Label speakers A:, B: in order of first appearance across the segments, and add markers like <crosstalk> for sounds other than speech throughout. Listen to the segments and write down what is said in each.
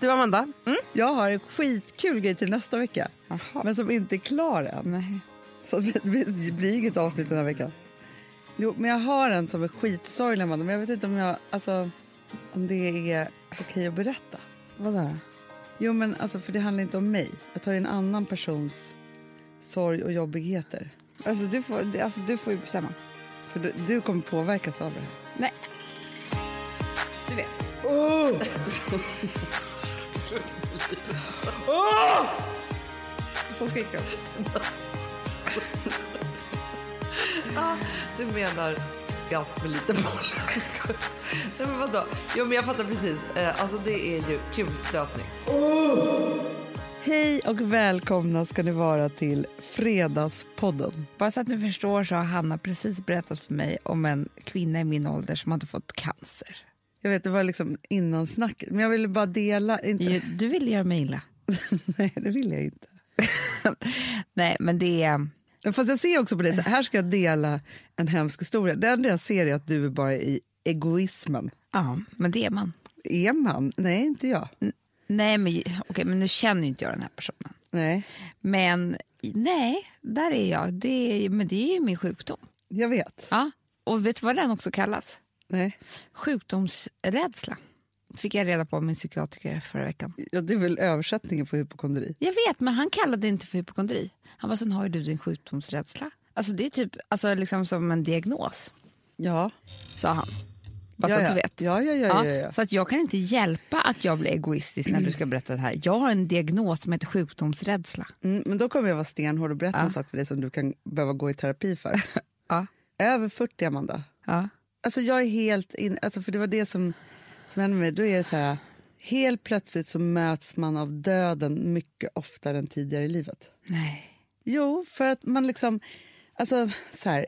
A: Du, Amanda. Mm.
B: Jag har en skitkul grej till nästa vecka,
A: Jaha.
B: men som inte är klar än.
A: Nej.
B: Så att det blir- det blir inget avsnitt den här veckan. Jo, men jag har en som är skitsorglig, Amanda, men jag vet inte om, jag, alltså, om det är okej att berätta.
A: Vadå?
B: Jo, men alltså, för det handlar inte om mig. Jag tar ju en annan persons sorg och jobbigheter.
A: Alltså du, får, alltså du får ju bestämma.
B: För du, du kommer påverkas av det här.
A: Nej. Du vet. Så skriker de.
C: Du menar allt med lite boll? <laughs> Jag skojar. Nej men vadå? Jo men jag fattar precis. Eh, Alltså det är ju kulstötning.
B: Oh! Hej och välkomna ska ni vara till Fredagspodden.
A: Bara så att ni förstår så har Hanna precis berättat för mig om en kvinna i min ålder som hade fått cancer.
B: Jag vet, det var liksom innan snacket, men jag ville bara dela. Inte,
A: Du ville göra mig illa.
B: <laughs> Nej, det vill jag inte.
A: Nej, men det är...
B: Men Fast jag ser också på dig, så här, här ska jag dela en hemsk historia. Det enda jag ser är att du är bara i egoismen.
A: Ja, men det är man.
B: Är man? Nej, inte jag.
A: Nej, men, okej, men nu känner ju inte jag den här personen.
B: Nej,
A: Men nej, där är jag. Det är, men det är ju min sjukdom.
B: jag vet.
A: Ja. Och vet du vad den också kallas?
B: Nej.
A: Sjukdomsrädsla. Fick jag reda på av min psykiatriker förra veckan.
B: Ja, det är väl översättningen på hypokondri.
A: Jag vet, men han kallade det inte för hypokondri. Han var sen har ju du din sjukdomsrädsla. Alltså det är typ alltså, liksom som en diagnos,
B: Ja,
A: sa han. Bara
B: ja,
A: så att
B: ja.
A: du vet.
B: Ja, ja, ja. ja, ja.
A: Så att jag kan inte hjälpa att jag blir egoistisk när du ska berätta det här. Jag har en diagnos som heter sjukdomsrädsla.
B: Mm, men då kommer jag vara stenhård och berätta en sak för dig som du kan behöva gå i terapi för. <laughs>
A: Ja.
B: Över 40, Amanda.
A: Ja.
B: Alltså jag är helt in, alltså för det var det som, som hände med mig. Då är det så här, helt plötsligt så möts man av döden mycket oftare än tidigare i livet.
A: Nej.
B: Jo, för att man liksom, alltså så här,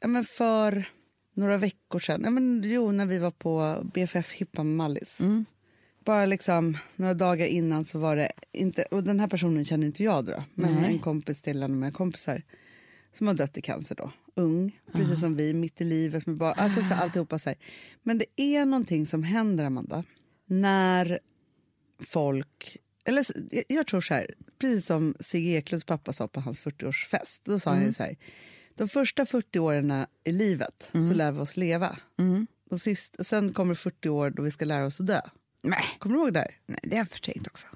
B: ja men för några veckor sedan, ja men jo när vi var på BFF Hippa med Mallis. Bara liksom några dagar innan så var det inte, och den här personen känner inte jag då, men en kompis till en av mina kompisar som har dött i cancer då. Ung, precis som vi, mitt i livet med barn. Alltså så här, alltihopa så här. Men det är någonting som händer, Amanda, när folk... Eller, s- jag- jag tror så här, precis som Sigge Eklunds pappa sa på hans 40-årsfest. Då sa
A: Mm.
B: han ju så här, de första 40 åren i livet
A: Mm.
B: så lär vi oss leva. De sist, sen kommer 40 år då vi ska lära oss att dö.
A: Nej.
B: Kommer du ihåg det? här?
A: Nej, det har jag förträngt också.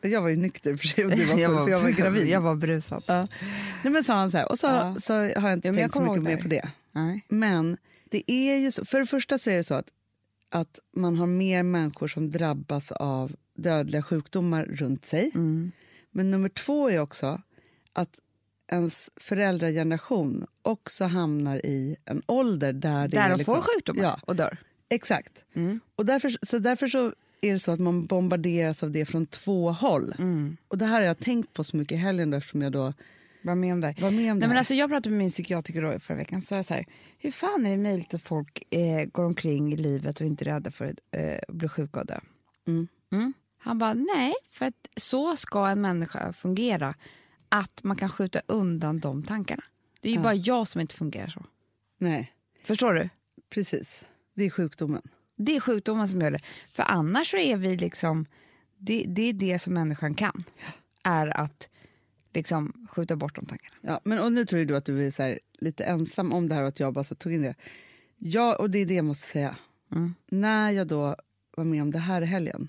B: Jag var ju nykter för sig och du var
A: <laughs>
B: full, för jag var gravid.
A: Jag var brusad.
B: Ja. Nej, men sa han så här, och så, så har jag inte
A: Ja, men jag
B: tänkt så
A: kommer
B: mycket
A: ihåg det
B: mer
A: här.
B: på det.
A: Nej.
B: Men det är ju så, för det första så är det så att, att man har mer människor som drabbas av dödliga sjukdomar runt sig.
A: Mm.
B: Men nummer två är också att ens föräldrageneration också hamnar i en ålder där det
A: Där
B: är
A: de
B: liksom,
A: får sjukdomar Mm.
B: Ja,
A: och dör.
B: Exakt. Och därför, så därför så är det så att man bombarderas av det från två håll.
A: Mm.
B: Och Det här har jag tänkt på så mycket i helgen då, eftersom jag då
A: Var med om det.
B: var med om det
A: Nej,
B: här.
A: men alltså, jag pratade med min psykiatriker då i förra veckan. Så jag så här, hur fan är det möjligt att folk eh, går omkring i livet och inte är rädda för att eh, bli sjuka och dö? Mm. Han bara, nej, för att så ska en människa fungera. Att man kan skjuta undan de tankarna. Det är ju bara jag som inte fungerar så.
B: Nej,
A: Förstår du?
B: precis. Det är sjukdomen.
A: Det är sjukdomen som gör det. För annars så är vi liksom... Det, det är det som människan kan. Är att liksom skjuta bort de tankarna.
B: Ja, men och nu tror ju du att du är så här, lite ensam om det här och att jag bara så tog in det. Ja, och det är det jag måste säga.
A: Mm.
B: När jag då var med om det här i helgen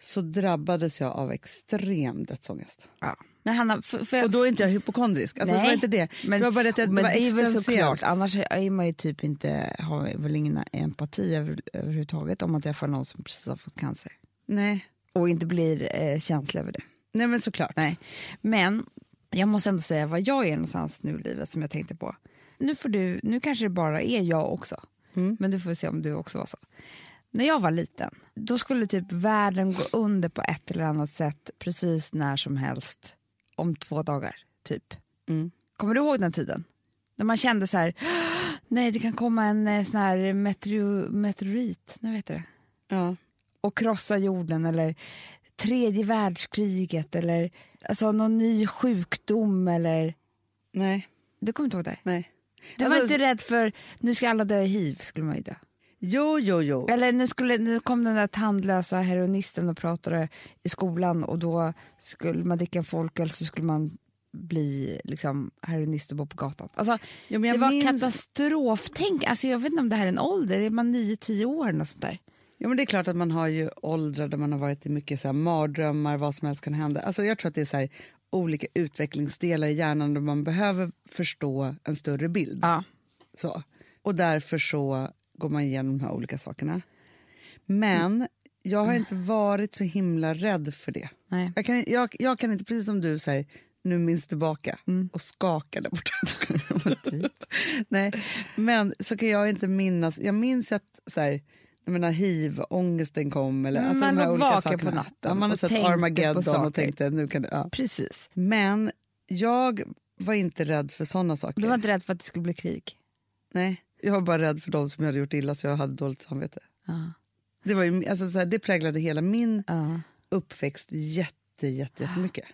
B: så drabbades jag av extrem dödsångest.
A: Ja. Men Hanna, för, för,
B: Och då är inte jag hypokondrisk. Alltså, det var inte det.
A: Men,
B: det var bara det att jag,
A: men
B: var
A: det är väl
B: existentiellt.
A: såklart. Annars är man ju typ inte, har väl ingen empati över, överhuvudtaget om man träffar någon som precis har fått cancer.
B: Nej.
A: Och inte blir eh, känslig över det.
B: Nej, men såklart.
A: Nej. Men jag måste ändå säga vad jag är någonstans nu i livet som jag tänkte på. Nu, får du, nu kanske det bara är jag också. Men du får se om du också var så. När jag var liten, då skulle typ världen gå under på ett eller annat sätt precis när som helst om två dagar, typ. Kommer du ihåg den tiden? När man kände så här, nej det kan komma en eh, sån här meteo- meteorit, nu vet jag det
B: Ja.
A: och krossa jorden eller tredje världskriget eller alltså, någon ny sjukdom eller...
B: Nej.
A: Du kommer inte ihåg det?
B: Nej.
A: Du var
B: Alltså-
A: inte rädd för nu ska alla dö i hiv, skulle man ju dö.
B: Jo, jo, jo.
A: Eller nu, skulle, nu kom den där tandlösa heroinisten och pratade i skolan och då skulle man dricka en folköl så skulle man bli liksom, heroinist och bo på gatan. Alltså,
B: Jo, men jag
A: det var
B: minns-
A: katastroftänk. Alltså, jag vet inte om det här är en ålder, är man 9-10 år eller något sånt där?
B: Ja, men det är klart att man har ju åldrar där man har varit i mycket så här mardrömmar, vad som helst kan hända. Alltså jag tror att det är så här, olika utvecklingsdelar i hjärnan där man behöver förstå en större bild.
A: Ja.
B: Så. Och därför så går man igenom de här olika sakerna. Men jag har inte varit så himla rädd för det.
A: Nej.
B: Jag kan, jag, jag kan inte, precis som du, så här, nu minns tillbaka
A: Mm.
B: och skaka
A: <laughs>
B: där borta.
A: typ.
B: Nej, men så kan jag inte minnas. Jag minns att så här, jag menar, hiv, ångesten kom. Eller,
A: Mm,
B: alltså,
A: man
B: de här
A: var
B: olika
A: vaken
B: sakerna.
A: på natten
B: Ja, man har
A: och
B: sett
A: tänkte på
B: Armageddon och
A: saker.
B: tänkte nu kan det, ja.
A: Precis.
B: Men jag var inte rädd för såna saker.
A: Du var inte rädd för att det skulle bli krig?
B: Nej, jag var bara rädd för de som jag hade gjort illa så jag hade dåligt samvete.
A: Ja.
B: Det, var ju, alltså, så här, det präglade hela min
A: Ja.
B: uppväxt jätte,
A: <gasps>
B: jätte, jättemycket.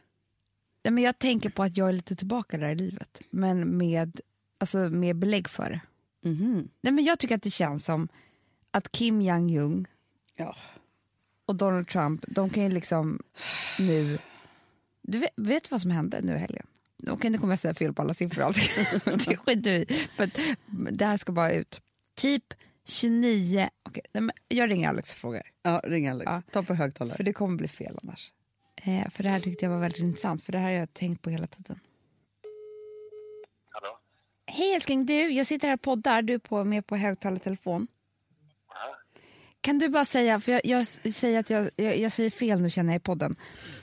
A: Ja, men jag tänker på att jag är lite tillbaka där i livet, men med, alltså, med belägg för det.
B: Mhm.
A: Nej, men jag tycker att det känns som att Kim Jong-Jung
B: Ja.
A: och Donald Trump, de kan ju liksom nu... Du vet, vet du vad som hände nu i helgen? Okej, nu kommer jag säga fel på alla siffror. och allting. <laughs> det skiter vi i, för att Det här ska bara ut. Typ 29... Okej, nej, men jag ringer Alex och frågar,
B: ja, ring Alex.
A: Ja.
B: Ta på högtalare.
A: för det kommer bli fel annars. Eh, för Det här tyckte jag var väldigt intressant, för det här har jag tänkt på hela tiden.
D: Hallå?
A: Hej älskling, du, jag sitter här och poddar. Du är på, med på högtalartelefon. Kan du bara säga, för jag, jag s- säger att jag, jag, jag säger fel nu känner jag i podden.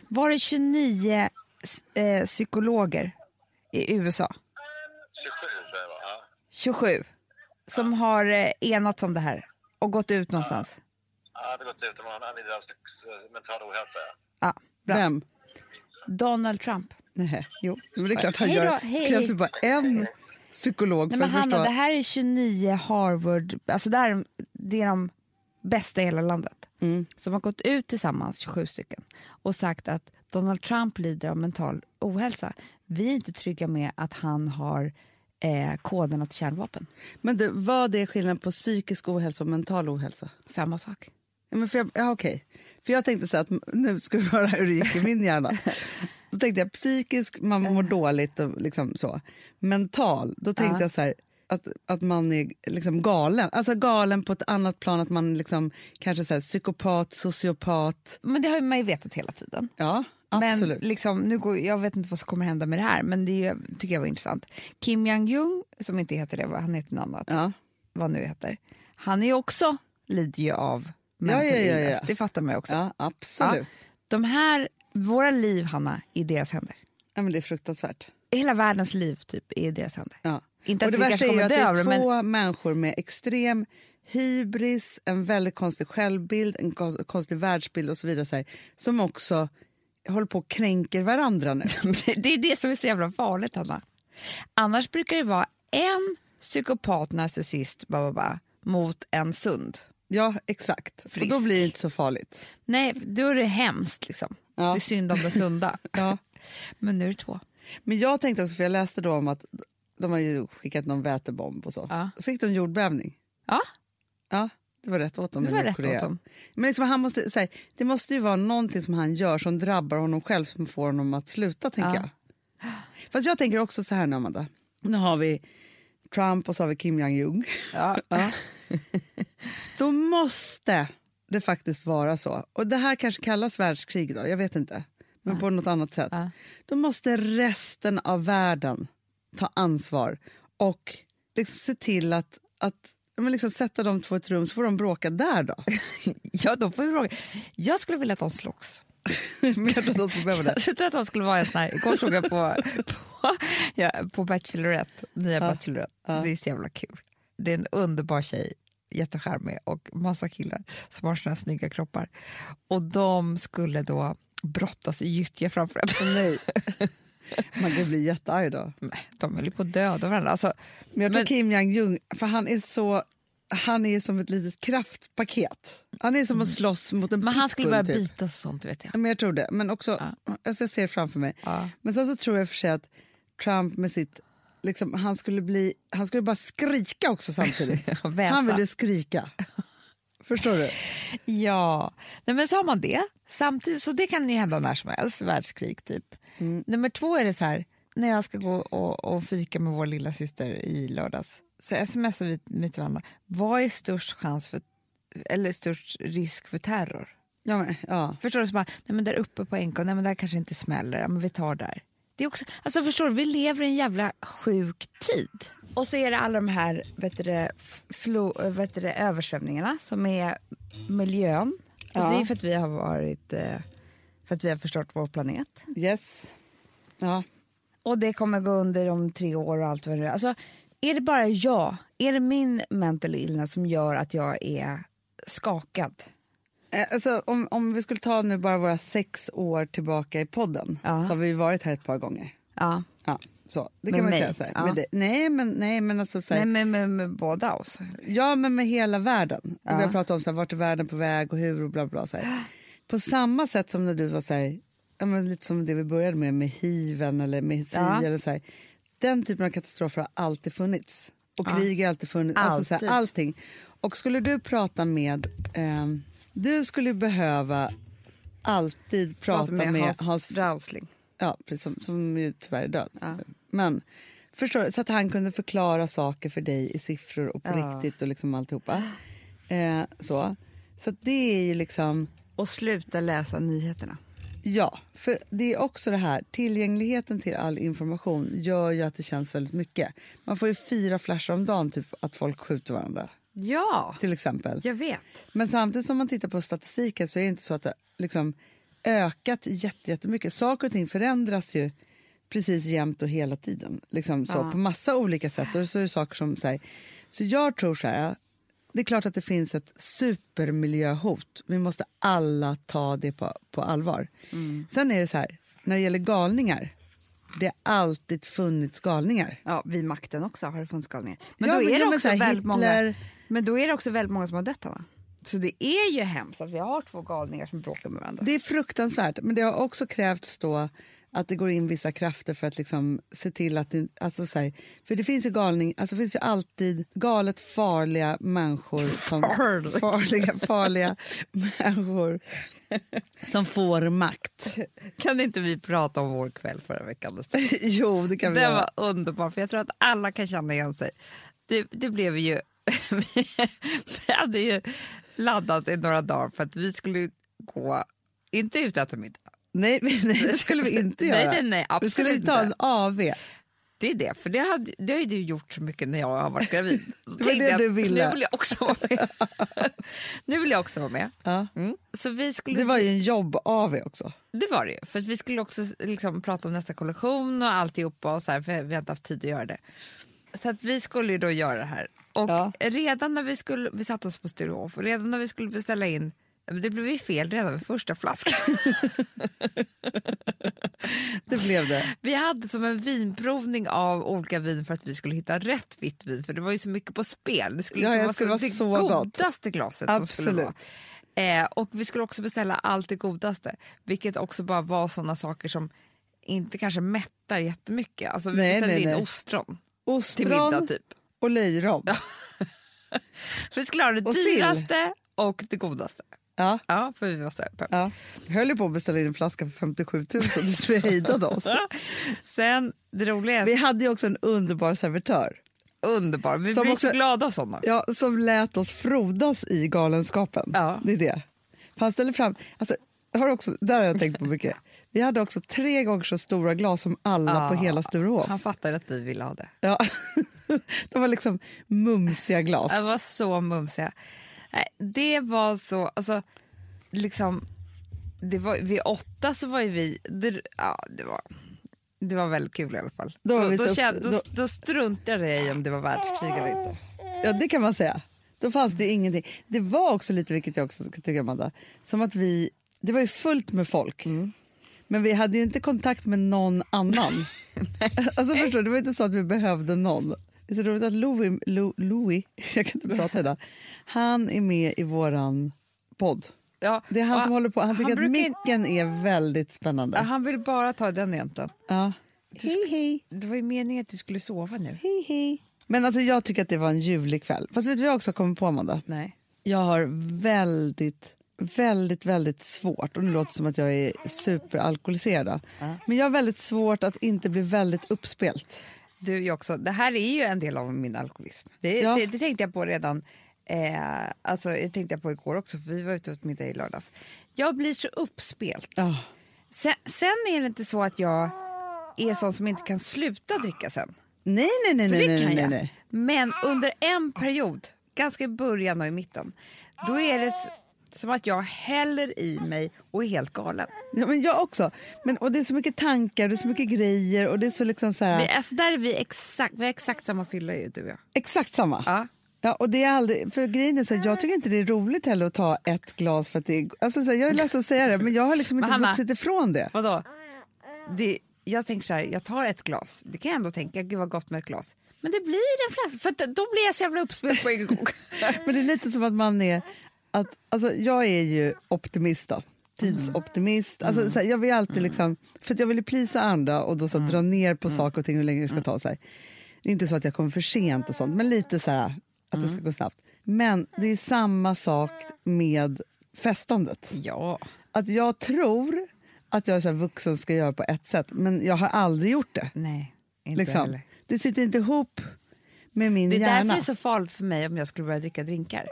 A: Var det 29 s- eh, psykologer i USA,
D: 27 tror jag det var. Ja.
A: 27, som har eh, enats om det här och gått ut någonstans?
D: Jag hade gått ut om han hade haft eh, mental ohälsa. ja.
A: Ja, bra.
B: Vem?
A: Donald Trump.
B: Nej. Jo. Men det är klart han
A: Hej då,
B: gör.
A: hej,
B: Det krävs ju
A: hej.
B: bara en psykolog
A: Nej,
B: för
A: men
B: att
A: Hanna,
B: förstå.
A: det här är 29 Harvard, alltså det, här, är- det är de bästa i hela landet
B: Mm.
A: som har gått ut tillsammans, 27 stycken, och sagt att Donald Trump lider av mental ohälsa. Vi är inte trygga med att han har eh, koderna till kärnvapen.
B: Men du, vad är skillnaden på psykisk ohälsa och mental ohälsa?
A: Samma sak.
B: Ja, men för jag, ja, okej. För jag tänkte så här att m- nu ska du höra hur det gick i
A: <laughs>
B: min hjärna. Då tänkte jag psykisk, man mår
A: Eh.
B: dåligt och liksom så. Mental, då tänkte jag så här att, att man är liksom galen. Alltså galen på ett annat plan, att man liksom kanske så här, psykopat, sociopat.
A: Men det har ju man ju vetat hela tiden.
B: Ja,
A: Men
B: absolut.
A: liksom, nu går, jag vet inte vad som kommer hända med det här, men det är ju- tycker jag var intressant. Kim Jong-Jung, som inte heter det, va? han heter något annat.
B: ja.
A: vad nu heter, han är också lider ju av
B: ja,
A: mental
B: ja, ja.
A: illness. Det fattar man ju också.
B: ja, absolut. Ja.
A: Ja. De här, våra liv, Hanna, är i deras händer.
B: men det är fruktansvärt.
A: Hela världens liv typ, är i deras
B: <laughs>
A: händer.
B: Ja.
A: Inte
B: och
A: att
B: det
A: vi
B: värsta
A: kanske
B: är ju
A: kommer dö
B: att det
A: av det,
B: är
A: men
B: två människor med extrem hybris, en väldigt konstig självbild, en kon- konstig världsbild och så vidare så här, som också håller på och kränker varandra nu.
A: det är det som är så jävla farligt, Hanna. Annars brukar det vara en psykopat, narcissist, ba, ba, ba, mot en sund.
B: Ja, exakt. Och då
A: Frisk.
B: blir det inte så farligt.
A: Nej, då är det hemskt. Liksom.
B: Ja.
A: Det är synd om den sunda.
B: <laughs> Ja.
A: Men nu är det två.
B: Men jag tänkte också, för jag läste då om att de har ju skickat någon vätebomb och så.
A: Ja.
B: Då fick de jordbävning.
A: Ja,
B: Ja, det var rätt åt dem.
A: Det
B: i
A: var rätt åt
B: Nordkorea.
A: dem.
B: Men liksom, han måste, så här, det måste ju vara någonting som han gör som drabbar honom själv som får honom att sluta, tänker
A: Ja.
B: jag. Fast jag tänker också så här nu, Amanda. Nu har vi Trump och så har vi
A: <laughs>
B: Kim Jong-Jung.
A: ja.
B: Då måste det faktiskt vara så. Och det här kanske kallas världskrig då, jag vet inte. Men på något annat sätt.
A: Ja.
B: Då måste resten av världen ta ansvar och liksom se till att, att ja, men liksom sätta de två i ett rum så får de bråka där då.
A: ja de får vi fråga. Jag skulle vilja att de slogs.
B: <laughs> Men jag tror att de skulle behöva det.
A: <laughs> Jag tror att de skulle vara en sån här, igår såg jag på, på, ja, på Bachelorette, nya Bachelorette, det är så jävla kul. Det är en underbar tjej, jättecharmig och massa killar som har såna här snygga kroppar. Och de skulle då brottas i gyttja framför en.
B: Nej. Man kan bli jättearg då.
A: Nej, <laughs> de höll ju på att döda varandra. Alltså,
B: Men jag tror
A: Men-
B: Kim Jong-Jung, för han är så... Han är som ett litet kraftpaket. Han är som att slåss mot en
A: men han skulle börja
B: pitbull, typ.
A: bitas och sånt vet jag.
B: Ja, Men jag tror det. Men också, alltså jag ser det framför mig.
A: Ja.
B: Men sen så tror jag i och för sig att Trump med sitt... <laughs> Liksom, han, skulle bli, han skulle bara skrika också samtidigt.
A: Väsa.
B: han ville skrika. Förstår du?
A: Ja, Nej, men så har man det. Samtidigt, så det kan ju hända när som helst, världskrig typ. Nummer två är det så här, när jag ska gå och, och fika med vår lilla syster i lördags så smsar vi med till varandra, vad är störst chans för, eller störst risk för terror?
B: Ja, men, ja.
A: Förstår du? Så bara, nej men där uppe på NK, nej men där kanske inte smäller, ja, men vi tar där. Det är också, alltså förstår du, vi lever i en jävla sjuk tid. Och så är det alla de här vet du, det, flo, vet du, det, översvämningarna som är miljön. Alltså det är för att vi har varit, eh, för att vi har förstört vår planet.
B: Yes. Ja.
A: Och det kommer gå under om tre år och allt vad det är. Alltså, är det bara jag, är det min mental illness som gör att jag är skakad?
B: Eh, Alltså, om, om vi skulle ta nu bara våra sex år tillbaka i podden
A: Ja.
B: så har vi varit här ett par gånger.
A: Ja.
B: Ja, så. Det
A: Med
B: kan man
A: mig?
B: säga. Så här.
A: Ja.
B: Med dig. Nej, men, nej, men alltså så här,
A: Nej, men med, med båda oss.
B: Ja, men med hela världen. Vi har pratat om så här, vart är världen på väg och hur och bla bla. Så här. På samma sätt som när du var så här, ja, men lite som det vi började med, med hiven eller med si
A: Ja.
B: eller så här. Den typen av katastrofer har alltid funnits. Och krig har alltid funnits. Alltså, så
A: Alltid.
B: här, allting. Och skulle du prata med, ehm, du skulle behöva alltid prata med,
A: Hans,
B: Hans
A: Rausling.
B: Ja, precis, som, som ju tyvärr är död. Men förstår du, så att han kunde förklara saker för dig i siffror och på
A: Ja.
B: riktigt och liksom alltihopa. Eh, så så att det är ju liksom,
A: Och sluta läsa nyheterna.
B: ja, för det är också det här, tillgängligheten till all information gör ju att det känns väldigt mycket. Man får ju fyra flashar om dagen typ att folk skjuter varandra
A: Ja,
B: till exempel.
A: jag vet.
B: Men samtidigt som man tittar på statistiken så är det inte så att det liksom ökat jätte- jättemycket. Saker och ting förändras ju precis jämt och hela tiden. Liksom så, På massa olika sätt. Och så är det saker som så, här. så jag tror så här. Det är klart att det finns ett supermiljöhot. Vi måste alla ta det på, på allvar. Sen är det så här, när det gäller galningar. Det har alltid funnits galningar.
A: Ja, vid makten också har det funnits galningar. Men,
B: Ja,
A: då
B: men-
A: är
B: ja,
A: det
B: men
A: också
B: så här,
A: väldigt många,
B: Hitler-
A: men då är det också väldigt många som har dött va? Så det är ju hemskt att vi har två galningar som bråkar med varandra.
B: Det är fruktansvärt, men det har också krävts då att det går in vissa krafter för att liksom se till att... Det, alltså så här, för det finns ju galning, alltså det finns ju alltid galet farliga människor som,
A: Farliga.
B: farliga, farliga människor som får makt.
A: <laughs> Kan inte vi prata om vår kväll förra <laughs> veckan?
B: jo, det kan vi
A: Det
B: göra.
A: var underbart, för jag tror att alla kan känna igen sig. Det, det blev ju... <laughs> vi hade ju laddat i några dagar för att vi skulle gå, inte ut och äta middag.
B: Nej, <laughs> nej, det skulle vi inte göra.
A: Nej, nej, nej,
B: vi skulle
A: absolut
B: ta
A: inte.
B: en AV.
A: Det är det, för det, hade, det har ju du gjort så mycket när jag har varit
B: <laughs>
A: gravid. Så
B: Det var
A: tänkte
B: det
A: jag,
B: du ville.
A: Nu vill jag också vara
B: <laughs>
A: med. nu vill jag också vara med.
B: Ja.
A: Mm. Så vi skulle,
B: Det var ju en jobb-AV också.
A: det var det ju, för att vi skulle också liksom prata om nästa kollektion och alltihopa och så här, för vi har inte haft tid att göra det. Så att vi skulle ju då göra det här. Och
B: Ja.
A: redan när vi skulle, vi satte oss på Sturehof och redan när vi skulle beställa in, men det blev ju fel redan vid första flaskan.
B: Det blev det.
A: Vi hade som en vinprovning av olika vin för att vi skulle hitta rätt vitt vin för det var ju så mycket på spel. Det skulle
B: Ja,
A: liksom
B: jag skulle
A: det
B: vara så gott.
A: godaste glaset som skulle
B: Absolut.
A: vara. Eh, och vi skulle också beställa allt det godaste, vilket också bara var sådana saker som inte kanske mättar jättemycket. Alltså vi
B: Nej,
A: beställde
B: nej,
A: in
B: nej.
A: ostron till middag
B: Ostron
A: typ.
B: och löjrom.
A: Så vi skulle ha det
B: Och sill.
A: dyraste och det godaste.
B: Ja.
A: Ja, för vi var så här,
B: Ja. Jag höll ju på att beställa in en flaska för 57 000 tills vi
A: <laughs>
B: hejdade oss.
A: Sen, det roliga är
B: Alltså. Vi hade ju också en underbar servitör
A: underbar, vi
B: Som
A: blir så
B: också-
A: glada av sådana.
B: ja, som lät oss frodas i galenskapen.
A: Ja.
B: Det är det. För han ställde fram... Alltså, har du också, där har jag tänkt på mycket. Vi hade också tre gånger så stora glas som alla på
A: Ja.
B: hela Sturehof.
A: Han fattade att vi ville ha det.
B: Ja. <laughs> De var liksom mumsiga glas.
A: Det var så mumsiga. Nej, Det var så... Alltså, liksom, det var, vid åtta så var ju vi... Det, ja, det, var, det var väldigt kul i alla fall.
B: Då var
A: då,
B: vi
A: då,
B: så-
A: kände, då,
B: då-
A: då struntade jag i om det var världskrig eller inte.
B: Ja, det kan man säga. Då fanns det ju ingenting. Det var också lite, vilket jag också kan tycka Amanda, som att vi, det var ju fullt med folk. Men vi hade ju inte kontakt med någon <laughs> annan. alltså förstår du, det var inte så att vi behövde någon. Det är så roligt att Louis, Lo- Louis <laughs> jag kan inte prata idag, han är med i våran podd.
A: Ja,
B: Det är han
A: och
B: som håller på, han tycker att
A: brukar in-
B: micken är väldigt spännande.
A: Han vill bara ta den egentligen.
B: Ja. Hej hej!
A: Det var ju meningen att du skulle sova nu.
B: Hej hej! Men alltså jag tycker att det var en ljuvlig kväll. Fast vet du vad jag också kommer på Amanda?
A: Nej.
B: Jag har väldigt, väldigt, väldigt svårt, och nu låter det som att jag är superalkoholiserad, då. men jag har väldigt svårt att inte bli väldigt uppspelt.
A: Du jag också. Det här är ju en del av min alkoholism. Det,
B: Ja.
A: det, det tänkte jag på redan. Eh, alltså, det tänkte jag på igår också, för vi var ute åt middag i lördags. Jag blir så uppspelt.
B: Ja.
A: Sen, sen är det inte så att jag är sån som inte kan sluta dricka sen.
B: Nej, nej, nej,
A: För
B: nej,
A: det
B: nej,
A: kan
B: nej,
A: jag.
B: nej.
A: Men under en period, ganska i början och i mitten, då är det s- som att jag häller i mig och är helt galen.
B: Ja, men jag också. Men, och det är så mycket tankar, det är så mycket grejer och det är så liksom så här,
A: Vi, alltså där är vi exakt, vi har exakt samma fylla ju, du och jag.
B: exakt samma.
A: Ja.
B: Ja, och det är aldrig, för grejen är så här, jag tycker inte det är roligt heller att ta ett glas för att det är, alltså så här, jag är ledsen att säga det men jag har liksom inte
A: Men Hanna-
B: vuxit ifrån det.
A: Vadå? Det, jag tänker så här, jag tar ett glas. Det kan jag ändå tänka, gud vad gott med ett glas. Men det blir en flaska, för att då blir jag så jävla uppspelt på en gång.
B: Men det är lite som att man är, att, alltså jag är ju optimist då. Tidsoptimist. Alltså,
A: Mm.
B: så här, jag vill alltid liksom, för att jag vill ju plisa andra och då så här, dra ner på
A: Mm.
B: saker och ting hur länge det ska ta sig. Det är inte så att jag kommer för sent och sånt, men lite så här att det
A: Mm.
B: ska gå snabbt. Men det är samma sak med festandet.
A: <laughs> ja.
B: Att jag tror att jag är så här, vuxen ska göra på ett sätt, men jag har aldrig gjort det.
A: Nej, inte
B: Liksom.
A: heller.
B: Det sitter inte ihop med min
A: Det är
B: hjärna.
A: därför det är så farligt för mig om jag skulle börja dricka drinkar.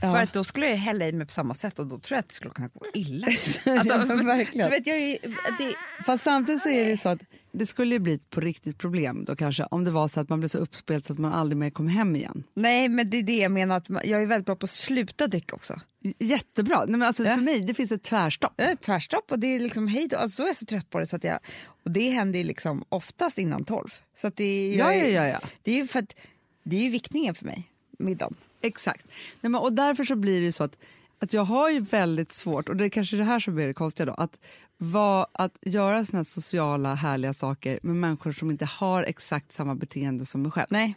A: För att då skulle jag hälla i mig på samma sätt och då tror jag att det skulle kunna gå illa. <laughs> Alltså,
B: Ja, men verkligen.
A: Du vet, jag är, ju- det,
B: Fast samtidigt så är det ju så att det skulle ju bli ett på riktigt problem då kanske om det var så att man blev så uppspelt så att man aldrig mer kom hem igen.
A: nej, men det är det jag menar. Att man, jag är väldigt bra på att sluta dricka också.
B: J- Jättebra. Nej, men alltså, För mig det finns ett tvärstopp.
A: Jag är tvärstopp och det är liksom hej då. Alltså, då är jag så trött på det så att jag... Och det händer ju liksom oftast innan tolv. Så att det, är- jag
B: Ja,
A: är-
B: ja, ja, ja.
A: Det är ju för att det är ju viktningen för mig, middagen.
B: Exakt. Nej, men, och därför så blir det ju så att, att jag har ju väldigt svårt, och det är kanske det här som blir det konstiga då, att, vara- att göra såna här sociala härliga saker med människor som inte har exakt samma beteende som mig själv.
A: Nej,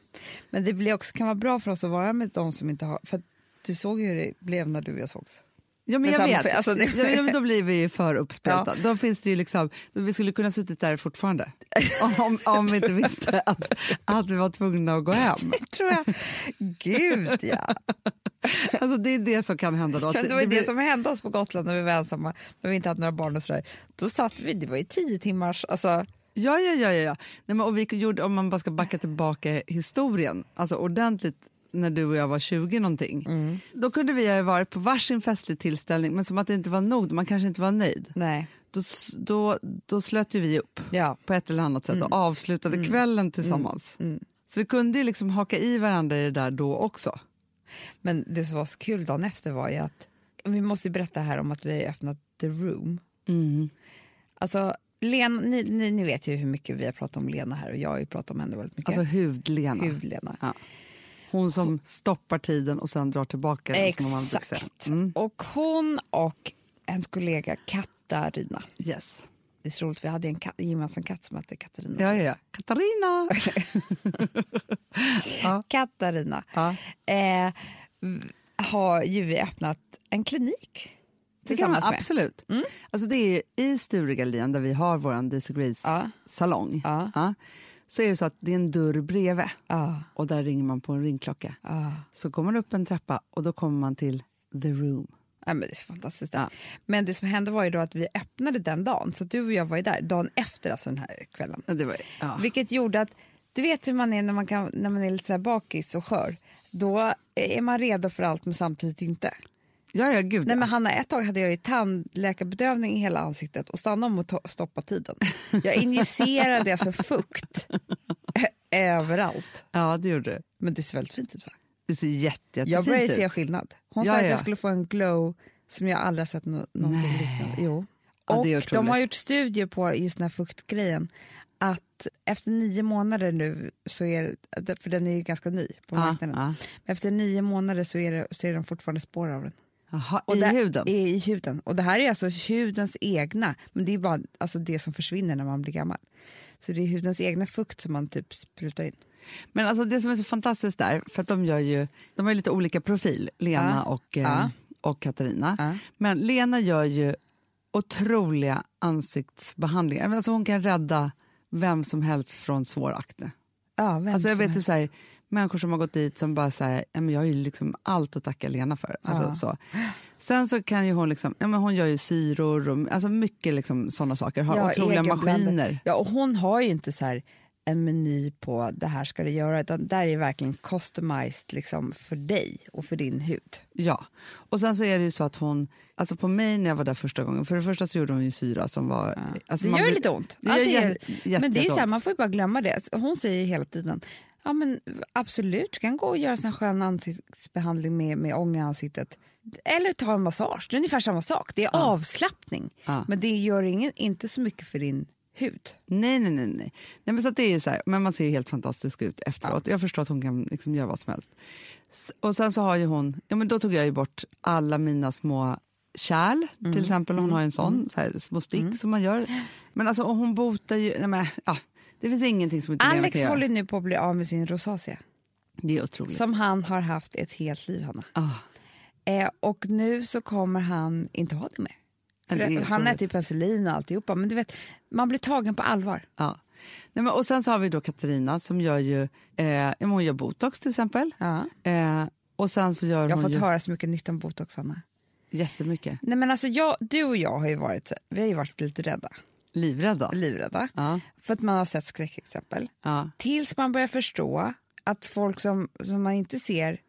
A: men det blir också, kan vara bra för oss att vara med de som inte har... För att du såg ju hur det blev när du och jag sågs. <laughs>
B: Ja, men
A: Men
B: jag
A: samma
B: vet.
A: fel, alltså, det-
B: ja, ja, men då blir vi ju för uppspelta.
A: Ja.
B: Då finns det ju liksom, vi skulle kunna ha suttit där fortfarande om, om vi inte visste att, att vi var tvungna att gå hem.
A: tror jag. Gud,
B: <laughs>
A: ja.
B: Alltså, det är det som kan hända. Då, att
A: Det var ju
B: blir-
A: det som hände oss på Gotland när vi var ensamma, när vi inte hade några barn och sådär. Då satt vi, det var ju tio timmars, alltså.
B: Ja, ja, ja. ja, ja. Nej, men, och vi gjorde, om man bara ska backa tillbaka historien, alltså ordentligt när du och jag var 20 någonting.
A: Mm.
B: Då kunde vi ha varit på varsin festlig tillställning, men som att det inte var nog, man kanske inte var nöjd.
A: Nej.
B: Då, s- då, då slöt ju vi upp.
A: Ja.
B: på ett eller annat sätt
A: Mm.
B: och avslutade kvällen tillsammans. Så vi kunde ju liksom haka i varandra i det där då också.
A: Men det som var så kul dagen efter var ju att, vi måste ju berätta här om att vi har öppnat The Room.
B: Mm.
A: Alltså, Lena, ni, ni, ni vet ju hur mycket vi har pratat om Lena här och jag har ju pratat om henne väldigt mycket.
B: Alltså hudlena.
A: Hud-Lena.
B: Ja. Hon som stoppar tiden och sen drar tillbaka den. Som man brukar säga.
A: Exakt. Och hon och en kollega, Katarina.
B: Yes.
A: Det är så roligt, vi hade en katt, gemensam katt som hette Katarina.
B: Ja, ja, ja. Katarina!
A: <laughs> Katarina
B: Ja.
A: eh, har ju vi öppnat en klinik
B: det kan man
A: tillsammans med. Mm.
B: absolut. Alltså det är ju i Sturegallerian där vi har vår Daisy Grace-salong.
A: Ja.
B: Så är det så att det är en dörr bredvid
A: Ja.
B: och där ringer man på en ringklocka.
A: Ja.
B: Så går man upp en trappa och då kommer man till the room.
A: Ja, men det är så fantastiskt.
B: Ja.
A: Men det som hände var ju då att vi öppnade den dagen, så du och jag var ju där dagen efter alltså den här kvällen.
B: Ja, Det var, ja.
A: Vilket gjorde att, du vet hur man är när man, kan, när man är lite så här bakis och skör. Då är man redo för allt men samtidigt inte.
B: Ja, ja, gud.
A: Nej, men Hanna, ett tag hade jag ju tandläkarbedövning i hela ansiktet och stannade om att to- stoppa tiden. Jag injicerade alltså
B: <laughs>
A: fukt eh, överallt.
B: Ja, det gjorde du.
A: Men det ser väldigt fint ut va?
B: Det ser jätte, jättefint
A: Jag började
B: ut.
A: se skillnad. Hon
B: Ja,
A: sa att
B: ja.
A: jag skulle få en glow som jag aldrig har sett no- någonting liknande. Jo.
B: Ja,
A: Och
B: det är
A: de
B: otroligt.
A: har gjort studier på just den här fuktgrejen. Att efter nio månader nu, så är, för den är ju ganska ny på
B: Ja,
A: marknaden.
B: ja.
A: Men efter nio månader så är, det, så är de fortfarande spår av den.
B: Jaha,
A: Och
B: i
A: det-
B: huden?
A: är I huden. Och det här är alltså hudens egna, men det är bara alltså det som försvinner när man blir gammal. Så det är hudens egna fukt som man typ sprutar in.
B: Men alltså det som är så fantastiskt där, för att de gör ju, de har ju lite olika profil, Lena och, eh,
A: Ja.
B: och Katarina.
A: Ja.
B: Men Lena gör ju otroliga ansiktsbehandlingar. Alltså hon kan rädda vem som helst från svår akne.
A: Ja, vem
B: Alltså jag
A: som
B: vet ju
A: helst.
B: så här, människor som har gått dit som bara så här, ja, men jag har ju liksom allt att tacka Lena för. Alltså, så. Sen så kan ju hon liksom, ja, men hon gör ju syror och alltså mycket liksom sådana saker, har otroliga
A: egenblandad.
B: maskiner.
A: Ja, och hon har ju inte så här en meny på det här ska du göra, utan där är verkligen customized liksom för dig och för din hud.
B: Ja, och sen så är det ju så att hon, alltså på mig när jag var där första gången, för det första så gjorde hon ju syra som var... Alltså
A: Det
B: man
A: gör ju
B: blir-
A: lite ont.
B: Det gör
A: Allt är-
B: jätte,
A: men det är ju så här,
B: jätteont.
A: man får ju bara glömma det. Hon säger ju hela tiden Ja men absolut, du kan gå och göra sån här skön ansiktsbehandling med, med ånga i ansiktet. Eller ta en massage, det är ungefär samma sak. Det är avslappning.
B: Ja.
A: Men det gör ingen, inte så mycket för din hud.
B: Nej, nej, nej. nej. nej men, så att det är ju så här, men man ser ju helt fantastisk ut efteråt. Jag förstår att hon kan liksom göra vad som helst. S- Och sen så har ju hon, ja men då tog jag ju bort alla mina små kärl,
A: Mm.
B: till exempel. Hon har ju en sån, så här, små stick som man gör. Men alltså, och hon botar ju, nej men, ja, det finns ingenting som inte Lena
A: Alex
B: kan göra.
A: håller nu på att bli av med sin rosacea.
B: Det är otroligt.
A: Som han har haft ett helt liv, Hanna.
B: Ah.
A: Eh, och nu så kommer han inte ha det mer.
B: Ja, det är
A: För att han
B: otroligt.
A: äter ju penicillin och alltihopa, men du vet, man blir tagen på allvar.
B: Ja. Nej, men, och sen så har vi då Katarina som gör ju, eh, ja, men hon gör botox till exempel.
A: Ja.
B: Eh, och sen så gör
A: Jag har
B: hon
A: fått
B: ju
A: höra så mycket nytt om botox, Hanna.
B: jättemycket.
A: Nej, men alltså jag, du och jag har ju varit, vi har ju varit lite rädda,
B: Livrädda.
A: livrädda.
B: Ja.
A: För att man har sett skräckexempel.
B: Ja.
A: Tills man börjar förstå att folk som, som man inte ser,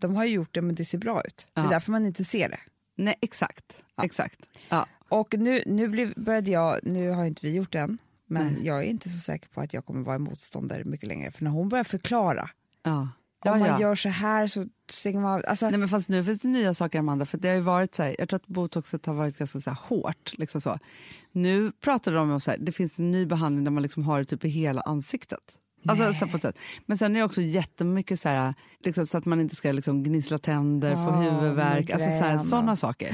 A: de har ju gjort det men det ser bra ut. Det
B: Ja.
A: är därför man inte ser det.
B: Nej, exakt. Exakt. Ja.
A: Och nu, nu blev, började jag, nu har inte vi gjort det än, men jag är inte så säker på att jag kommer vara motståndare mycket längre. För när hon börjar förklara,
B: Ja.
A: om
B: Ja,
A: man
B: ja.
A: gör så här så stänger man av. Alltså,
B: Nej, men fast nu finns det nya saker, Amanda. För det har ju varit så här, jag tror att botoxet har varit ganska så här hårt. Liksom så. Nu pratar de om så här, det finns en ny behandling där man liksom har det typ i hela ansiktet. Alltså, så på ett sätt. Men sen är det också jättemycket så, här, liksom, så att man inte ska liksom, gnissla tänder, få
A: Ja,
B: huvudvärk, alltså, så här,
A: migrän och-
B: sådana saker.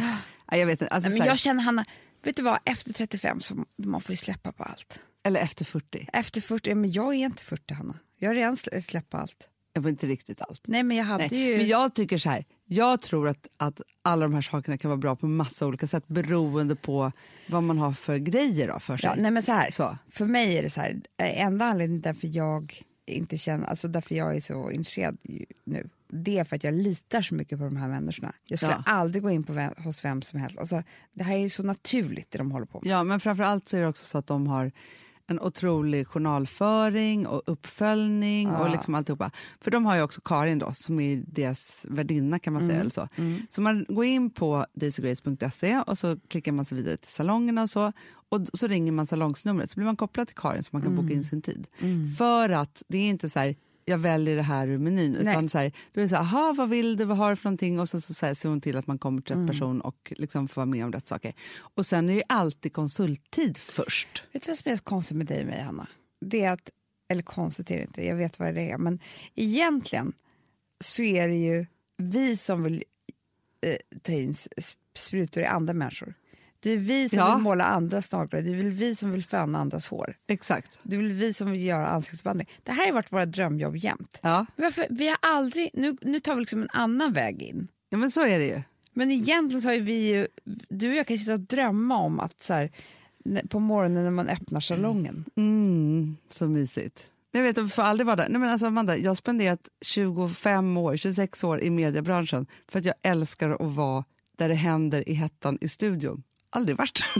B: Nej, jag vet inte, alltså,
A: nej,
B: så
A: men
B: här,
A: jag känner Hanna, vet du vad, efter 35 så man får ju släppa på allt.
B: Eller efter 40.
A: Efter 40, ja, men jag är inte 40 Hanna, jag har redan slä- släppt allt.
B: Jag vet inte riktigt allt.
A: Nej men jag hade
B: Nej,
A: ju...
B: men jag tycker så här, jag tror att, att alla de här sakerna kan vara bra på massa olika sätt beroende på vad man har för grejer då för sig.
A: Ja, nej men så här,
B: Så.
A: För mig är det så här, eh, enda anledningen därför jag inte känner, alltså därför jag är så intresserad ju- nu, det är för att jag litar så mycket på de här människorna. Jag skulle
B: Ja.
A: aldrig gå in på vem, hos vem som helst. Alltså, det här är ju så naturligt det de håller på med.
B: Ja, men framförallt så är det också så att de har en otrolig journalföring och uppföljning och liksom alltihopa. För de har ju också Karin då, som är deras värdinna kan man säga. Eller så. så man går in på daisygrace.se och så klickar man sig vidare till salongerna och så. Och d- så ringer man salongsnumret så blir man kopplad till Karin så man kan boka in sin tid. För att det är inte så här jag väljer det här ur menyn. Utan så här, då är det så här, aha, vad vill du, vad har du för någonting? Och så, så, så här, ser hon till att man kommer till rätt person och liksom får vara med om rätt saker. Och sen är det ju alltid konsulttid först.
A: Vet du vad som är så konstigt med dig och mig, Hanna? Det är att, eller konstigt är det inte, jag vet vad det är, men egentligen så är det ju vi som vill eh, ta in s- s- sprutor i andra människor. Det är vi som
B: Ja.
A: vill måla andras naglar, det är väl vi som vill föna andras hår.
B: Exakt.
A: Det är väl vi som vill göra ansiktsbehandling. Det här har varit våra drömjobb jämt.
B: Ja.
A: Varför, vi har aldrig, nu, nu tar vi liksom en annan väg in.
B: ja, men så är det ju.
A: Men egentligen så har ju vi ju, du och jag kan ju sitta och drömma om att så här, n- på morgonen när man öppnar salongen.
B: Mm, så mysigt. Jag vet, jag får aldrig vara där. Nej, men alltså Amanda, jag har spenderat 25 år, 26 år i mediebranschen för att jag älskar att vara där det händer i hettan i studion. Aldrig varit. <laughs>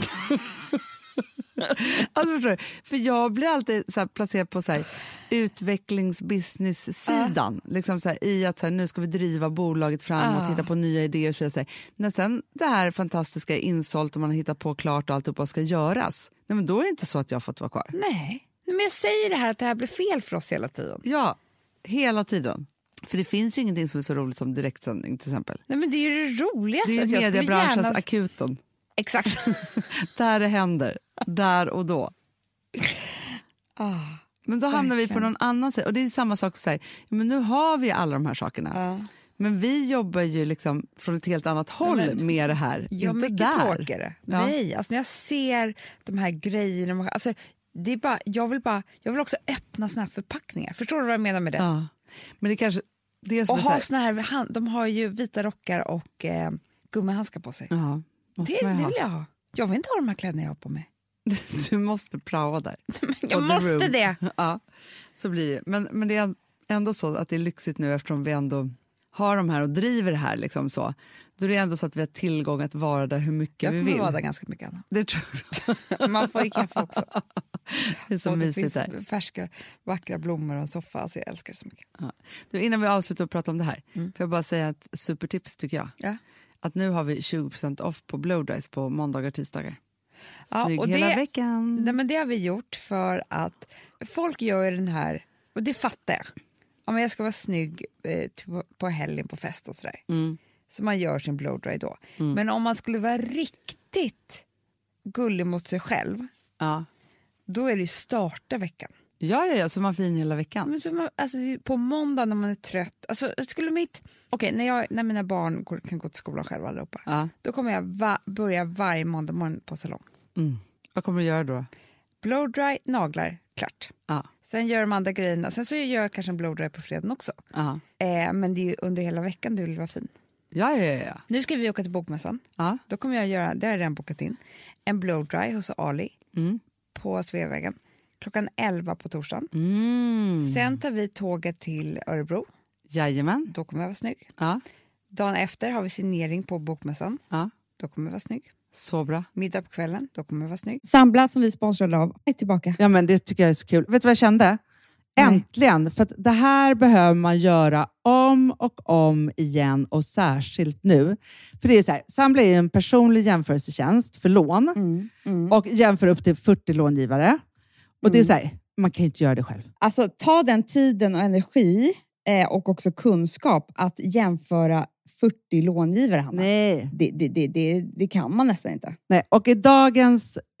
B: alltså, förstår du? För jag blir alltid så här, placerad på så här, utvecklingsbusiness-sidan. Liksom så här, I att så här, nu ska vi driva bolaget fram och titta på nya idéer. Så jag säger, när sen det här fantastiska är insålt och man har hittat på klart och alltihopa ska göras, nej, men då är det inte så att jag har fått vara kvar.
A: Nej, men jag säger det här att det här blir fel för oss hela tiden.
B: Ja, hela tiden. För det finns ju ingenting som är så roligt som direktsändning till exempel.
A: Nej men det är ju det roligaste.
B: Det är
A: att Alltså, jag skulle
B: mediebranschens
A: gärna-
B: akuten. <laughs>
A: Exakt.
B: Där det händer, där och då.
A: ah,
B: Men då hamnar vi på någon annan sida. Och det är samma sak, så här, ja, men nu har vi alla de här sakerna.
A: ja.
B: Men vi jobbar ju liksom från ett helt annat håll med det här.
A: Ja,
B: inte
A: mycket
B: där.
A: tråkigare.
B: Ja.
A: Nej, alltså när jag ser de här grejerna. man- Alltså, det är bara, jag, vill bara, jag vill också öppna såna här förpackningar. Förstår du vad jag menar med det?
B: Ja. Men det kanske det är som
A: och
B: är så
A: ha
B: här,
A: såna här, hand- de har ju vita rockar och eh, gummihandskar på sig.
B: ja, måste
A: Det, det
B: man ju
A: vill
B: ha.
A: jag ha. Jag vill inte ha de här kläderna jag har på mig.
B: <laughs> Du måste praoa där.
A: Jag <laughs>
B: Och the
A: måste
B: room. <laughs>
A: det.
B: Ja, så blir det. Men, men det är ändå så att det är lyxigt nu eftersom vi ändå har de här och driver det här. Liksom så. Då är det ändå så att vi har tillgång att vara där hur mycket
A: Jag
B: vi
A: kommer
B: vill.
A: vara där ganska mycket. Anna.
B: Det tror jag
A: <laughs>
B: också.
A: Man får ju kaffe också.
B: <laughs> Det är så
A: och det finns
B: mysigt där.
A: färska, vackra blommor och en soffa. Alltså jag älskar det så mycket.
B: Ja. Du, innan vi avslutar och pratar om det här, får jag bara säga ett supertips tycker jag.
A: Mm. Ja.
B: Att nu har vi 20% off på blowdries på måndagar och tisdagar.
A: Ja,
B: Snygg
A: och
B: hela
A: det- Mm.
B: veckan.
A: Nej, men det har vi gjort för att folk gör ju den här, och det fattar jag. Ja, men jag ska vara snygg eh, till- på helgen på fest och sådär. Så man gör sin blowdry då. Men om man skulle vara riktigt gullig mot sig själv,
B: Ja.
A: då är det ju starta veckan.
B: ja, ja, ja, så man fin hela
A: Ja,
B: veckan.
A: Men så man, alltså, det är på måndag när man är trött. Alltså, skulle mitt, okay, när, jag, när mina barn går, kan gå till skolan själva allihopa,
B: Ja.
A: då kommer jag va, börja varje måndag morgon på salong.
B: Mm. Vad kommer du göra då?
A: Blowdry, naglar, klart.
B: Ja.
A: Sen gör de andra grejerna. Sen så gör jag kanske en blowdry på fredagen också.
B: Ja.
A: Eh, men det är ju under hela veckan du vill vara fin.
B: Ja, ja, ja, ja.
A: Nu ska vi åka till bokmässan.
B: ja.
A: Då kommer jag göra, det har jag redan bokat in, en blowdry hos Ali
B: Mm.
A: på Sveavägen klockan 11 på torsdagen.
B: Mm.
A: Sen tar vi tåget till Örebro.
B: Jajamän.
A: Då kommer jag vara snygg.
B: Ja,
A: Dagen efter har vi signering på bokmässan.
B: ja.
A: Då kommer jag vara snygg.
B: Så bra.
A: Middag på kvällen. Då kommer jag vara snygg. Sambla som vi sponsrade av är tillbaka.
E: Ja, men det tycker jag är så kul. Vet du vad jag kände? Äntligen! För att det här behöver man göra om och om igen och särskilt nu. För det är ju så här, Sambla är ju en personlig jämförelsetjänst för lån
B: Mm.
A: Mm,
E: och jämför upp till 40 långivare. Och
B: Mm.
E: det är så här, man kan ju inte göra det själv.
F: Alltså ta den tiden och energi eh, och också kunskap att jämföra 40 långivare, Hanna.
E: Nej.
F: Det, det, det, det, det kan man nästan inte.
E: Nej, och i dagens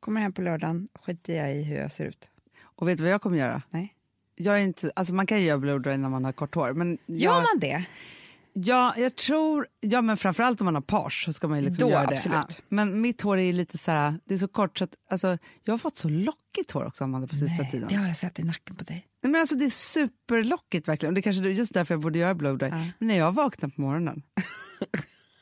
A: Kommer hem på lördagen skiter jag i hur jag ser ut.
B: Och vet du vad jag kommer göra?
A: Nej.
B: Jag är inte, alltså man kan ju göra bloddrag när man har kort hår. Men
A: Gör
B: jag,
A: man det?
B: ja, jag tror, ja men framförallt om man har pars så ska man ju liksom
A: Då,
B: göra det.
A: absolut.
B: Ja. Men mitt hår är lite så här, det är så kort så att, alltså, jag har fått så lockigt hår också Amanda på sista tiden.
A: Det har jag sett i nacken på dig.
B: Nej, men alltså, det är superlockigt verkligen. Och det är kanske är just därför jag borde göra blowdry. Men när jag vaknar
A: <laughs>
B: på morgonen.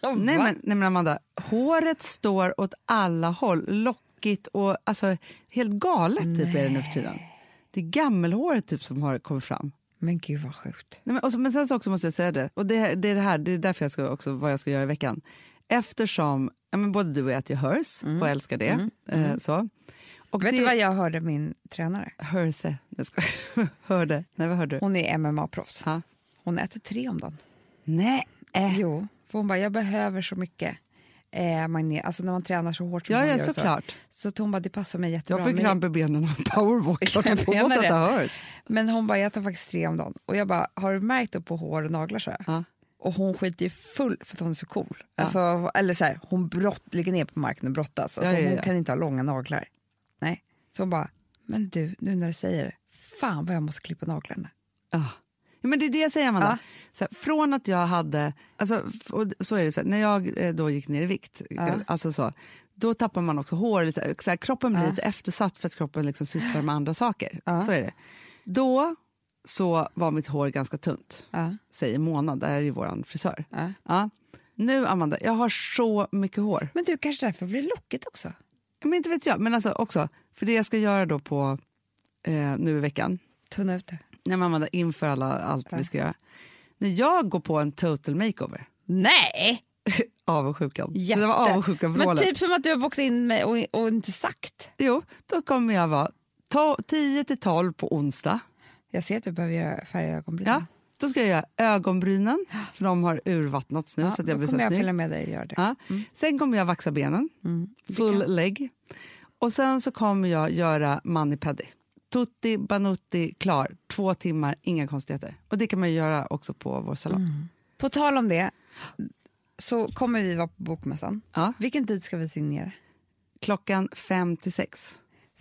B: nej, men, nej men Amanda, håret står åt alla håll. Lockigt och alltså, helt galet typ är det nu för tiden. Det är gammelhåret typ som har kommit fram.
A: Men gud vad sjukt.
B: Nej, men, och så, men sen så också måste jag säga det, och det, det är det här, det är därför jag ska också, vad jag ska göra i veckan. Eftersom, ja, men både du och jag äter ju hers och älskar det. Eh, så. Och
A: Mm. Vet
B: det,
A: du vad jag hörde min tränare?
B: Herse, jag ska, <laughs> hörde, nej vad hörde du?
A: Hon är MMA-proffs.
B: Ja.
A: Hon äter tre om dagen.
B: Nej!
F: Äh.
A: Jo, för hon bara, jag behöver så mycket. eh, magne- alltså när man tränar så hårt som
B: Ja,
A: man
B: ja
A: gör. och
B: såklart.
A: Så, så hon bara, det passar mig jättebra.
B: Jag fick
A: men,
B: kramp i benen av powerwalk.
A: <laughs>
B: Jag
A: Jag
B: på
A: menar
B: att det
A: det.
B: hörs.
A: men hon bara, jag tar faktiskt tre om dagen. Och jag bara, har du märkt det på hår och naglar så här?
B: Ja.
A: Och hon skiter ju full för att hon är så cool. Alltså, eller så här, hon brott, ligger ner på marken och brottas. Alltså,
B: Ja, ja,
A: Hon
B: ja.
A: kan inte ha långa naglar. Nej. Så hon bara, men du, nu när du säger det, fan vad jag måste klippa naglarna.
B: Ja. Ja, men det är det jag säger, Amanda. Så här, från att jag hade... Alltså, f- och så är det så här, när jag eh, då gick ner i vikt, eh, alltså så, då tappar man också hår. Lite, så här, så här, kroppen blir lite eftersatt för att kroppen liksom sysslar med andra saker. Så är det. Då så var mitt hår ganska tunt, säg en månad. Det här är ju vår frisör. Ja. Nu, Amanda, jag har så mycket hår.
A: Men du, kanske därför blir det lockigt också?
B: Men inte vet jag, men alltså också, för det jag ska göra då på eh, nu i veckan,
A: Tunna ut det.
B: när man använder inför alla, allt vi ska göra. När jag går på en total makeover,
A: Nej!
B: avundsjukan.
A: Jätte.
B: Det var avundsjukan
A: Men
B: typ...
A: typ som att du har bokat in mig och, och inte sagt.
B: Jo, då kommer jag vara to- 10 till 12 på onsdag.
A: Jag ser att vi behöver göra färga ögonbrynen.
B: Ja, då ska jag göra ögonbrynen, för de har urvattnats nu. så att jag
A: då
B: blir så
A: kommer jag
B: snygg.
A: följa med Mm. dig och göra det.
B: Ja. Sen kommer jag vaxa benen, full leg. Och sen så kommer jag göra mani pedi. Tutti banutti klar, två timmar, inga konstigheter. Och det kan man ju göra också på vår salong.
A: På tal om det, så kommer vi vara på Bokmässan.
B: Ja.
A: Vilken tid ska vi signera?
B: Klockan fem till sex.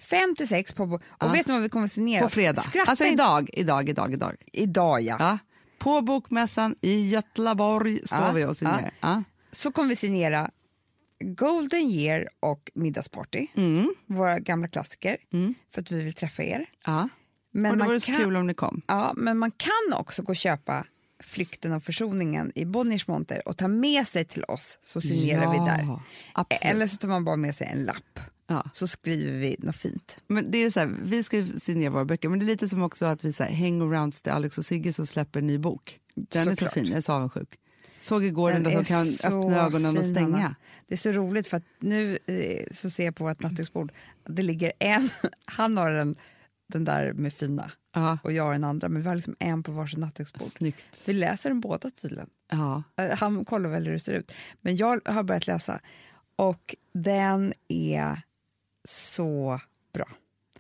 A: Fem till sex på bo- Och vet ni vad vi kommer signera?
B: På fredag.
A: Skratta
B: alltså
A: inte.
B: idag, idag, idag, idag.
A: Idag ja.
B: Ja. På Bokmässan i Göteborg står
A: Ja,
B: vi och signerar. Ja.
A: Så kommer vi signera Golden Year och Middagsparty.
B: Mm.
A: Våra gamla klassiker. För att vi vill träffa er.
B: Ja.
A: Men
B: och då
A: man
B: vore Mm. det så
A: kan-
B: kul om ni kom.
A: Ja, men man kan också gå och köpa Flykten och försoningen i Bonniers monter och ta med sig till oss så signerar
B: Ja,
A: vi där.
B: absolut.
A: Eller så tar man bara med sig en lapp
B: Ja.
A: så skriver vi något fint.
B: Men det är så här, vi ska ju signera våra böcker, men det är lite som också att vi så här, hangarounds till Alex och Sigge som släpper en ny bok. Den är så
A: Såklart.
B: fin, jag är så avundsjuk. Såg igår den,
A: Den
B: där som
A: är
B: kan
A: så
B: öppna ögonen och
A: fin,
B: stänga.
A: Anna. Det är så roligt för att nu eh, så ser jag på vårt nattduksbord att det ligger en, <laughs> han har den, den där med fina
B: Ja.
A: och jag har den andra, men vi har liksom en på varsin nattduksbord.
B: Snyggt.
A: Vi läser dem båda tydligen.
B: Ja.
A: Eh, Han kollar väl hur det ser ut. Men jag har börjat läsa och den är så bra.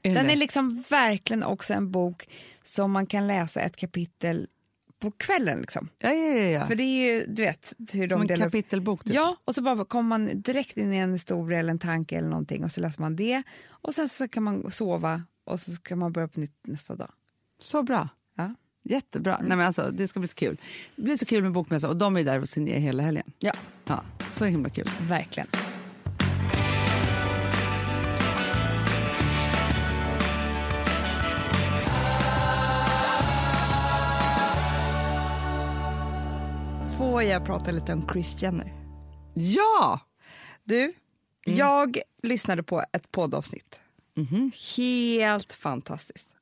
B: Är
A: den
B: det?
A: är liksom verkligen också en bok som man kan läsa ett kapitel på kvällen. Liksom.
B: Ja, ja, ja, ja.
A: För det är ju, du vet, hur
B: Som
A: de
B: en
A: delar upp.
B: kapitelbok. Typ.
A: Ja, och så bara kommer man direkt in i en historia eller en tanke eller någonting och så läser man det och sen så kan man sova och så kan man börja på nytt nästa dag.
B: Så bra.
A: Ja.
B: Jättebra. Nej, men alltså, det ska bli så kul. Det blir så kul med bokmässan och de är där och signerar hela helgen.
A: Ja,
B: Ja, så himla kul.
A: verkligen. Får jag prata lite om Chris Jenner?
B: Ja!
A: Du,
B: Mm.
A: jag lyssnade på ett poddavsnitt. Helt fantastiskt.
B: Mhm.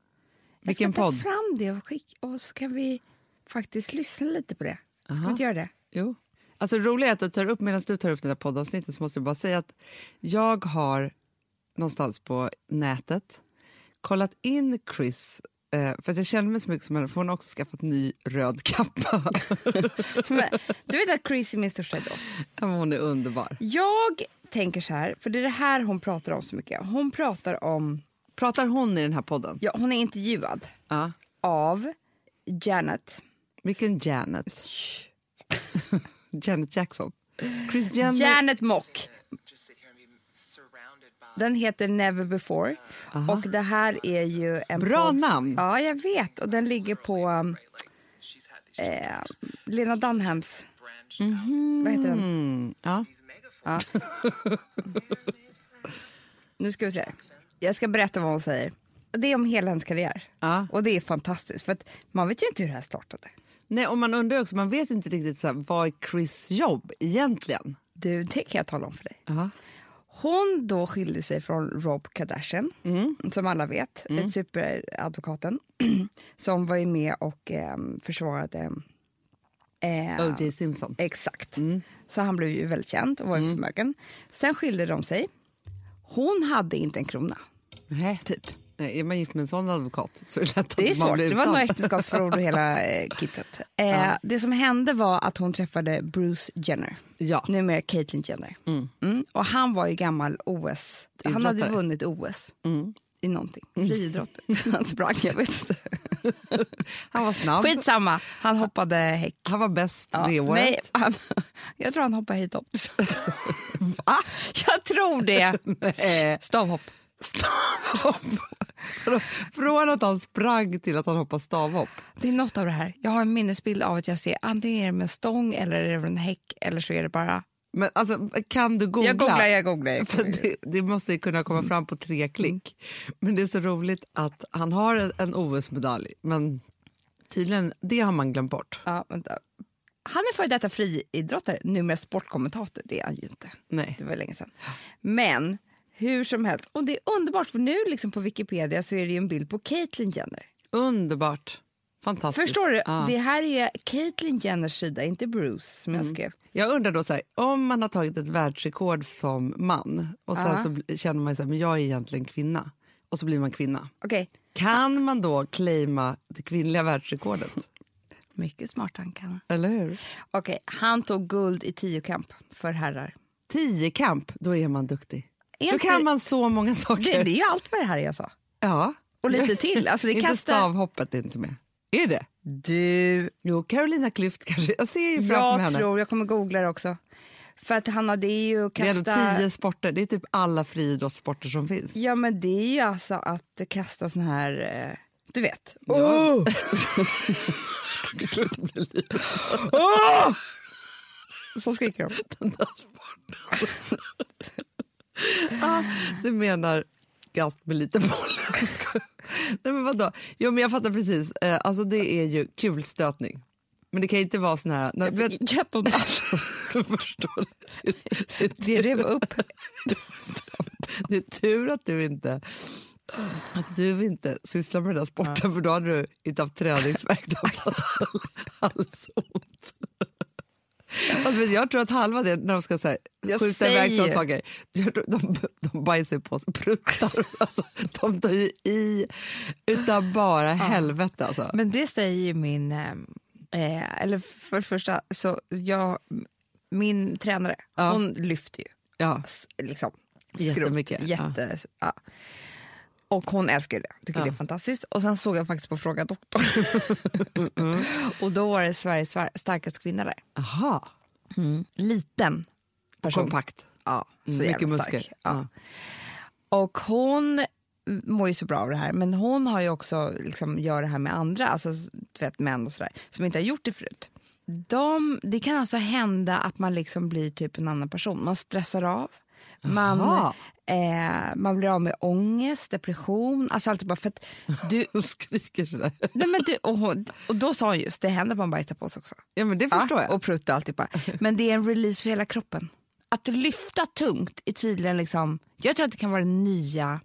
B: Vilken
A: jag ska
B: podd?
A: ta fram det och, skick, och så kan vi faktiskt lyssna lite på det. Ska vi inte göra
B: <laughs>
A: det?
B: Jo. Alltså det roliga är att jag tar upp, medan du tar upp den där poddavsnittet så måste jag bara säga att jag har någonstans på nätet kollat in Chris eh, för att jag känner mig så mycket som henne, för hon har också skaffat ny röd <laughs> kappa.
A: Men, du vet att Chris är min största idol.
B: Ja, men hon är underbar.
A: Jag tänker så här, för det är det här hon pratar om så mycket. Hon pratar om,
B: Pratar hon i den här podden?
A: ja hon är intervjuad
B: Ja.
A: av Janet.
B: Vilken Janet? Janet Jackson? Chris Jenner?
A: Janet Mock.
G: just sit here and be surrounded by
A: Den heter Never before. Och det här är ju en
B: Bra
A: podd-
B: namn.
A: Ja, jag vet. Och den ligger på um, eh, Lena Dunhams... Vad heter den?
B: Mm, ja.
A: Nu ska vi se. Jag ska berätta vad hon säger. Det är om hela hennes karriär.
B: Ja.
A: Och det är fantastiskt, för att man vet ju inte hur det här startade.
B: Nej, och man undrar också, man vet inte riktigt så här, vad är Chris jobb egentligen?
A: Du, det kan jag tala om för dig.
B: Ja.
A: Hon då skilde sig från Rob Kardashian,
B: Mm.
A: som alla vet, superadvokaten <clears throat> som var ju med och eh, försvarade... eh,
B: O.J. Simpson.
A: Exakt.
B: Mm.
A: Så han blev ju väldigt känd och var ju förmögen. Sen skilde de sig. Hon hade inte en krona.
B: Nej. Typ. Nej, är man gift med en sån advokat så är det lätt att
A: Det är
B: man
A: svårt.
B: blir
A: Det var
B: utan.
A: några äktenskapsförord och hela eh,
B: <laughs>
A: kittet. Eh, Det som hände var att hon träffade Bruce Jenner,
B: Ja.
A: numera Caitlyn Jenner. Mm. Och han var ju gammal OS. Han hade ju
B: Idrottare. Mm.
A: vunnit OS i någonting. Friidrott. <laughs> Han sprang, jag vet inte.
B: Han var snabb.
A: Skitsamma, han hoppade häck.
B: Han var bäst
A: Ja,
B: det året.
A: nej, han, <laughs> jag tror han hoppade höjdhopp. <laughs> Va? Jag tror det. <laughs>
B: Nej.
A: Stavhopp.
B: Stavhopp. Från att han sprang till att han hoppade stavhopp.
A: Det är något av det här. Jag har en minnesbild av att jag ser antingen är det med stång eller är det en häck eller så är det bara...
B: Men alltså, kan du googla?
A: Jag googlar, jag googlar. <laughs> Jag
B: För
A: googlar.
B: det, det måste ju kunna komma fram på tre klick. Men det är så roligt att han har en, en OS-medalj, men tydligen, det har man glömt bort.
A: Ja, vänta. Han är före detta friidrottare, numera sportkommentator. Det är han ju inte.
B: Nej.
A: Det var länge sedan. Men hur som helst, och det är underbart för nu liksom på Wikipedia så är det ju en bild på Caitlyn Jenner.
B: Underbart. Fantastiskt.
A: Förstår du?
B: Ja.
A: Det här är Caitlyn Jenners sida, inte Bruce som jag skrev.
B: Jag undrar då, så här, om man har tagit ett världsrekord som man och sen så bl- känner man så här, men jag är egentligen kvinna, och så blir man kvinna.
A: Okej.
B: Kan man då claima det
A: <laughs>
B: kvinnliga världsrekordet?
A: Mycket smart han kan.
B: Eller hur?
A: Okej, han tog guld i tiokamp för herrar.
B: Tio kamp, då är man duktig.
A: Är
B: Då
A: inte-
B: kan man så många
A: Det,
B: saker.
A: det är ju allt med det här jag sa.
B: Ja.
A: Och <laughs> lite till. Alltså det
B: inte
A: kastar...
B: stavhoppet är inte med. Är det?
A: Du,
B: Jo, Carolina Klüft kanske. Jag ser ju framför mig
A: jag
B: henne.
A: tror, jag kommer googla det också. För att han hade ju
B: Det är
A: kasta...
B: ändå tio sporter. Det är typ alla friidrottssporter som finns.
A: Ja, men det är ju alltså att kasta sån här... eh, Du vet. Oh!
B: <laughs>
A: <laughs> Så skriker <laughs> de.
B: Du menar gatt med lite boll. <laughs> Jag skojar. Nej, men vadå? Jo, men jag fattar precis. Eh, Alltså, det är ju kulstötning. Men det kan ju inte vara sån här... När,
A: <laughs>
B: vet,
A: Jätteont.
B: jag <laughs> förstår det.
A: Det rev upp.
B: <laughs> Det är tur att du inte att du inte sysslar med den där sporten för då hade du inte haft träningsvärk.
A: <laughs>
B: Du hade haft halsont. Alltså, vet du, jag tror att halva det när de ska så här,
A: Jag
B: skjuta iväg
A: säger.
B: sådana saker, jag tror de, de bajsar ju på sig, pruttar. <laughs> Alltså, de tar ju i utan bara helvete. Alltså.
A: Men det säger ju min... eh, Eh, eller för det första, så jag, min tränare,
B: Ja.
A: hon lyfter ju.
B: Ja.
A: s- Liksom,
B: Jättemycket,
A: skrot.
B: ja.
A: Jätte, ja. Och hon älskar ju det. Tycker det är fantastiskt. Och sen såg jag faktiskt på Fråga
B: <laughs>
A: doktorn.
B: Mm,
A: Och då var det Sveriges svar- starkaste kvinna där.
B: Aha.
A: Liten person.
B: kompakt.
A: Ja, så
B: Mm,
A: jävla
B: mycket
A: stark.
B: muskler.
A: Ja. Och hon mår ju så bra av det här, men hon har ju också liksom gör det här med andra, alltså du vet, män och sådär, som inte har gjort det förut. De, det kan alltså hända att man liksom blir typ en annan person. Man stressar av, man,
B: Jaha.
A: eh, man blir av med ångest, depression, alltså allt bara för att du...
B: Hon skriker sådär.
A: nej men du och, hon, och då sa hon just, det händer att man bajsar på sig också.
B: Ja, men det förstår
A: Ja,
B: jag.
A: Och prutta och alltihopa. Men det är en release för hela kroppen. Att lyfta tungt är tydligen liksom, jag tror att det kan vara den nya,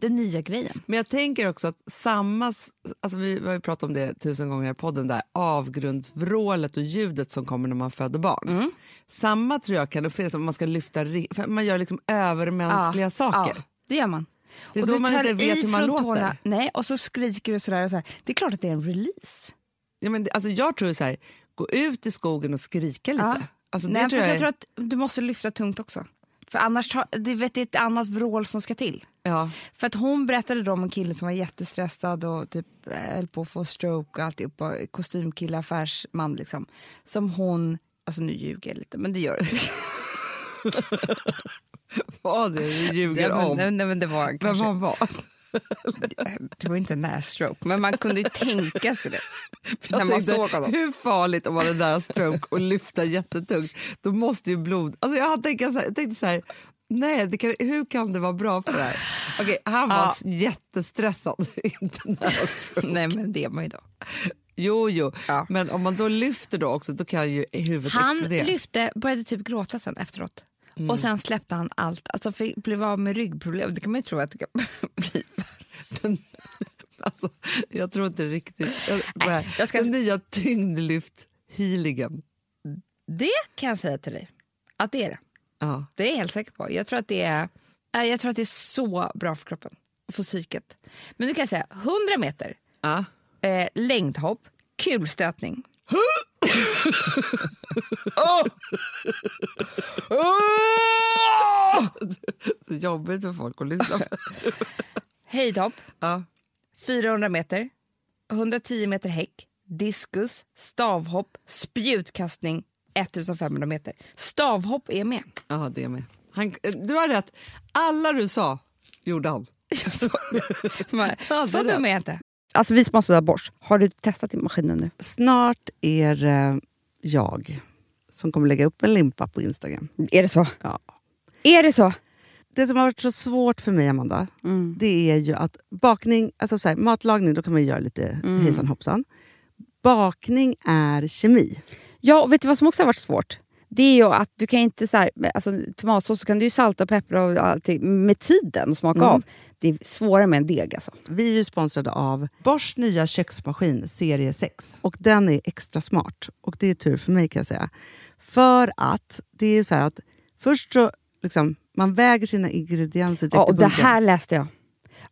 A: den nya grejen.
B: Men jag tänker också att samma, s- alltså vi har ju pratat om det tusen gånger i podden, där avgrundsvrålet och ljudet som kommer när man föder barn.
A: Mm.
B: Samma tror jag kan uppfinnas om man ska lyfta, ri- för man gör liksom övermänskliga saker.
A: Ja, det gör man.
B: Det är
A: och
B: då
A: du
B: man
A: tar
B: inte
A: i
B: vet hur man
A: från
B: låter.
A: tårna. Nej, och så skriker du sådär och sådär. Det är klart att det är en release.
B: Ja, men det, alltså jag tror så här, gå ut i skogen och skrika lite. Alltså det
A: Nej,
B: tror
A: fast
B: jag,
A: jag
B: är-
A: tror att du måste lyfta tungt också. För annars, tar, det vet, det är ett annat vrål som ska till.
B: ja.
A: För att hon berättade då om en kille som var jättestressad och typ eh, höll på att få stroke och alltihopa, kostymkille, affärsman liksom. Som hon, alltså nu ljuger jag lite men det gör det.
B: Vad är det du ljuger
A: Nej, men-
B: om?
A: nej, nej, men det var
B: Vem
A: kanske-
B: han var.
A: <laughs> Det var inte en nässtroke men man kunde ju tänka sig det.
B: <laughs>
A: när
B: Jag
A: man
B: tänkte,
A: såg honom.
B: Hur farligt om man hade nära stroke och lyfta jättetungt? Då måste ju blod... Alltså jag, tänkte så här, jag tänkte så här, nej, det kan, hur kan det vara bra för det här? Okej, han var
A: Ja.
B: jättestressad. <laughs> Inte nära stroke.
A: Nej men det är man ju då.
B: Jo, jo.
A: Ja.
B: Men om man då lyfter då också, då kan ju huvudet
A: Han
B: explodera.
A: lyfte, började typ gråta sen efteråt.
B: Mm.
A: Och sen släppte han allt, alltså fick, blev av med ryggproblem. Det kan man ju tro att det kan <laughs> bli.
B: <laughs> alltså, jag tror inte riktigt... Jag, nej,
A: jag ska-
B: Den nya tyngdlyft-healingen.
A: Det kan jag säga till dig, att det är det.
B: Ja.
H: äh,
A: Det är jag helt säker på. Jag tror att det är, nej, jag tror att det är så bra för kroppen.
H: för psyket. Men nu kan jag säga 100 meter,
I: Ja.
H: eh, längdhopp, <laughs> kulstötning.
I: Det är jobbigt för folk att lyssna på.
H: Höjdhopp,
I: Ja.
H: 400 meter, 110 meter häck, diskus, stavhopp, spjutkastning, 1500 meter. Stavhopp är med.
I: Ja, det med. Han, eh, du har rätt. Alla du sa gjorde han.
H: Så,
I: Ja,
H: <laughs> man,
I: det
H: så
I: är det.
H: dum är jag inte. Alltså vi som har sådär borst, har du testat i maskinen nu?
B: Snart är det jag som kommer lägga upp en limpa på Instagram.
H: Är det så?
B: Ja.
H: Är det så?
B: Det som har varit så svårt för mig, Amanda,
I: Mm.
B: det är ju att bakning, alltså så här, matlagning, då kan man ju göra lite
I: Mm.
B: hejsan hoppsan. Bakning är kemi.
A: Ja, och vet du vad som också har varit svårt? Det är ju att du kan inte så här, med- alltså, tomatsås så kan du ju salta och peppra och allt med tiden och
B: Mm.
A: smaka av. Det är svårare med en deg alltså.
B: Vi är ju sponsrade av Bors nya köksmaskin serie 6. Och den är extra smart. Och det är tur för mig kan jag säga. För att det är så här att först så liksom, man väger sina ingredienser direkt
A: Ja, och
B: i
A: det
B: bunken.
A: här läste jag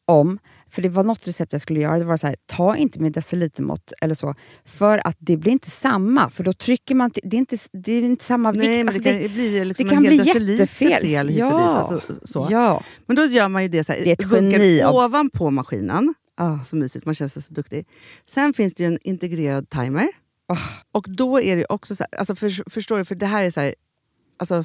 A: om. För det var något recept jag skulle göra. Det var så här, ta inte med decilitermått eller så. För att det blir inte samma. För då trycker man... till- Det är inte, det är inte samma vikt.
B: Nej, men
A: Alltså,
B: det kan ju bli liksom
A: det kan
B: en hel
A: bli
B: deciliter
A: jättefel.
B: fel hit och
A: Ja.
B: dit. Alltså, så.
A: Ja.
B: Men då gör man ju det så här,
A: Det är ett
B: bunkar
A: geni av-
B: ovanpå maskinen. Ah, Så mysigt, man känns så duktig. Sen finns det ju en integrerad timer.
A: Ah.
B: Och då är det ju också så här, alltså för, förstår du, för det här är så här, alltså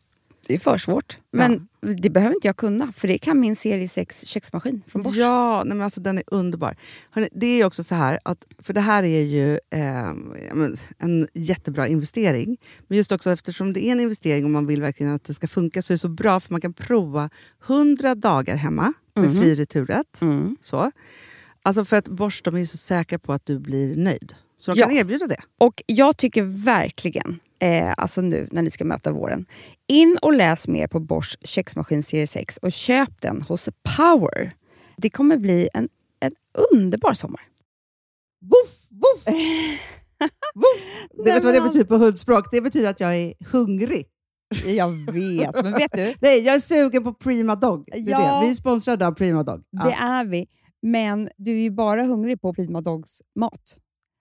A: Det är för svårt. Men det behöver inte jag kunna, för det kan min serie 6 köksmaskin från Bosch.
B: Ja, nej men alltså, den är underbar. Hörrni, det är ju också så här, att, för det här är ju eh, ja, men en jättebra investering. Men just också eftersom det är en investering och man vill verkligen att det ska funka så är det så bra för man kan prova 100 dagar hemma med fri returrätt. Så. Alltså för att Bosch de är ju så säkra på att du blir nöjd. Så de
A: Ja.
B: kan erbjuda det.
A: Och jag tycker verkligen, eh, alltså nu när ni ska möta våren, in och läs mer på Bosch köksmaskin serie 6 och köp den hos Power. Det kommer bli en, en underbar sommar. <laughs>
B: Woof, woof, woof.
A: Nej,
B: vet vad
A: men
B: det betyder på hundspråk? Det betyder att jag är hungrig.
A: Jag vet, men vet du?
B: Nej, jag är sugen på Prima Dog. Det är
A: Ja.
B: det. Vi är sponsrade av Prima Dog. Ja.
A: Det är vi. Men du är ju bara hungrig på Prima Dogs mat.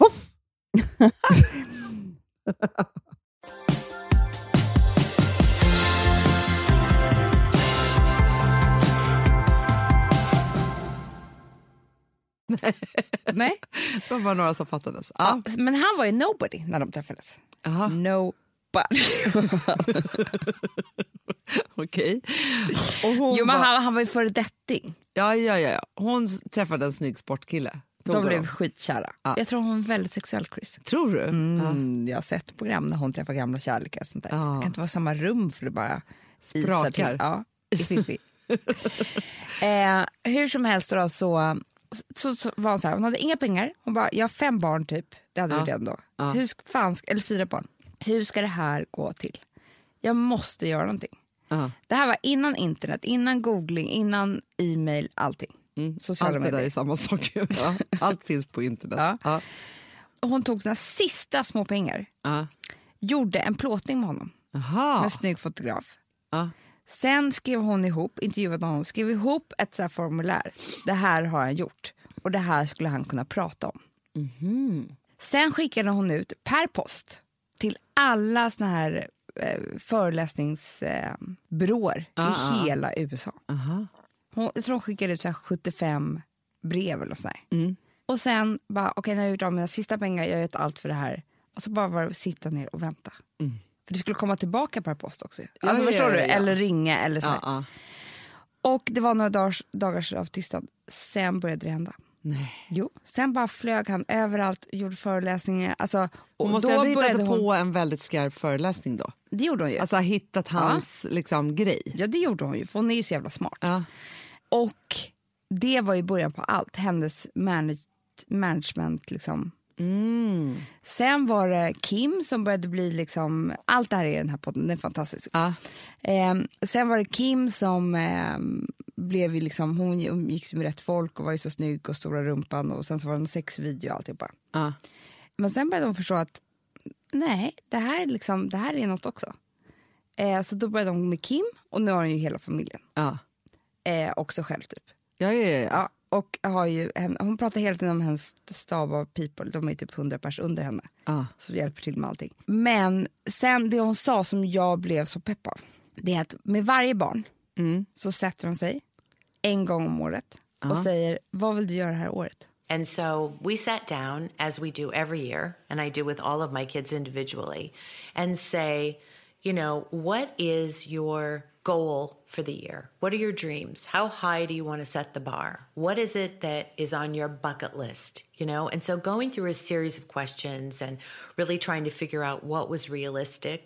B: Voff!
H: Nej.
I: Det var bara några som fattades. Ja.
H: Men han var ju nobody när de träffades.
I: Aha,
H: Nobody.
I: okej. Och hon
H: Jo, men
I: var-
H: han, han var ju föredetting.
I: Ja, ja, ja. ja. Hon s- träffade en snygg sportkille. Tog
H: De blev
I: honom.
H: skitkära.
I: Ja.
H: Jag tror hon är väldigt sexuell, Chris.
I: Tror du? Ja.
H: Mm, Jag har sett program när hon träffar gamla kärlekar och sånt där.
I: Ja.
H: Det kan inte vara samma rum för det bara isar
I: Sprakar.
H: till. Ja, i fiffi. <laughs> eh, hur som helst då så, så, så var hon så här, hon hade inga pengar. Hon bara, jag har fem barn typ. Det hade vi redan då. Hur sk- fan, ska- eller fyra barn. Hur ska det här gå till? Jag måste göra någonting.
C: Ja.
A: Det här var innan internet, innan googling, innan e-mail, allting.
H: Mm.
A: Sociala
C: Allt det där
A: medier.
C: är
H: <laughs>
C: samma sak. ju. Ja. Allt finns på internet.
A: Ja.
C: Ja.
A: Och Hon tog sina sista små pengar,
C: Ja.
A: gjorde en plåtning med honom, med en
C: Jaha.
A: snygg fotograf.
C: Ja.
A: Sen skrev hon ihop, intervjuade honom, skrev ihop ett så här formulär. Det här har han gjort och det här skulle han kunna prata om. Sen skickade hon ut per post till alla såna här eh, föreläsningsbyråer eh, byråer
C: Ah,
A: i hela USA.
C: Aha.
A: Hon, jag tror hon skickade ut så här 75 brev eller sådär.
C: Mm.
A: Och sen bara, okej nu har jag gjort av mina sista pengar, jag har gett allt för det här. Och så bara, bara sitta ner och vänta. För det skulle komma tillbaka per post också. Alltså
C: Mm. ja,
A: förstår
C: ja,
A: du?
C: ja.
A: Eller ringa eller sådär.
C: Ja, ja.
A: Och det var några dagars, dagars av tystnad. Sen började det hända.
C: Nej.
A: Jo. Sen bara flög han överallt, gjorde föreläsningar. Alltså, och
C: Hon måste
A: då
C: ha hittat
A: började hon,
C: på en väldigt skarp föreläsning då.
A: Det gjorde hon ju.
C: Alltså ha hittat hans liksom, grej.
A: ja, det gjorde hon ju, för hon är ju så jävla smart.
C: Ja.
A: Och det var ju början på allt, hennes manage, management. Liksom.
C: Mm.
A: Sen var det Kim som började bli... liksom... Allt det här är i den här podden, den är fantastisk.
C: Ja.
A: Ehm, sen var det Kim som ehm, blev ju liksom, hon umgicks med rätt folk och var ju så snygg och stora rumpan och sen så var det en sexvideo och alltihopa.
C: Ja.
A: Men sen började de förstå att nej, det här, är liksom, det här är något också. Eh, så då började de med Kim och nu har hon ju hela familjen.
C: Ja.
A: Eh, också själv typ.
C: Ja, ja, ja.
A: Ja, och har ju, hen- hon pratar hela tiden om hennes stab av people, de är ju typ 100 pers under henne.
C: Ja.
A: Som hjälper till med allting. Men sen det hon sa som jag blev så pepp av, det är att med varje barn
C: Mm.
A: så sätter de sig en gång om året och säger vad vill du göra det här året?
J: And so we sat down, as we do every year, and I do with all of my kids individually, and say, you know, what is your goal for the year? What are your dreams? How high do you want to set the bar? What is it that is on your bucket list? You know, and so going through a series of questions and really trying to figure out what was realistic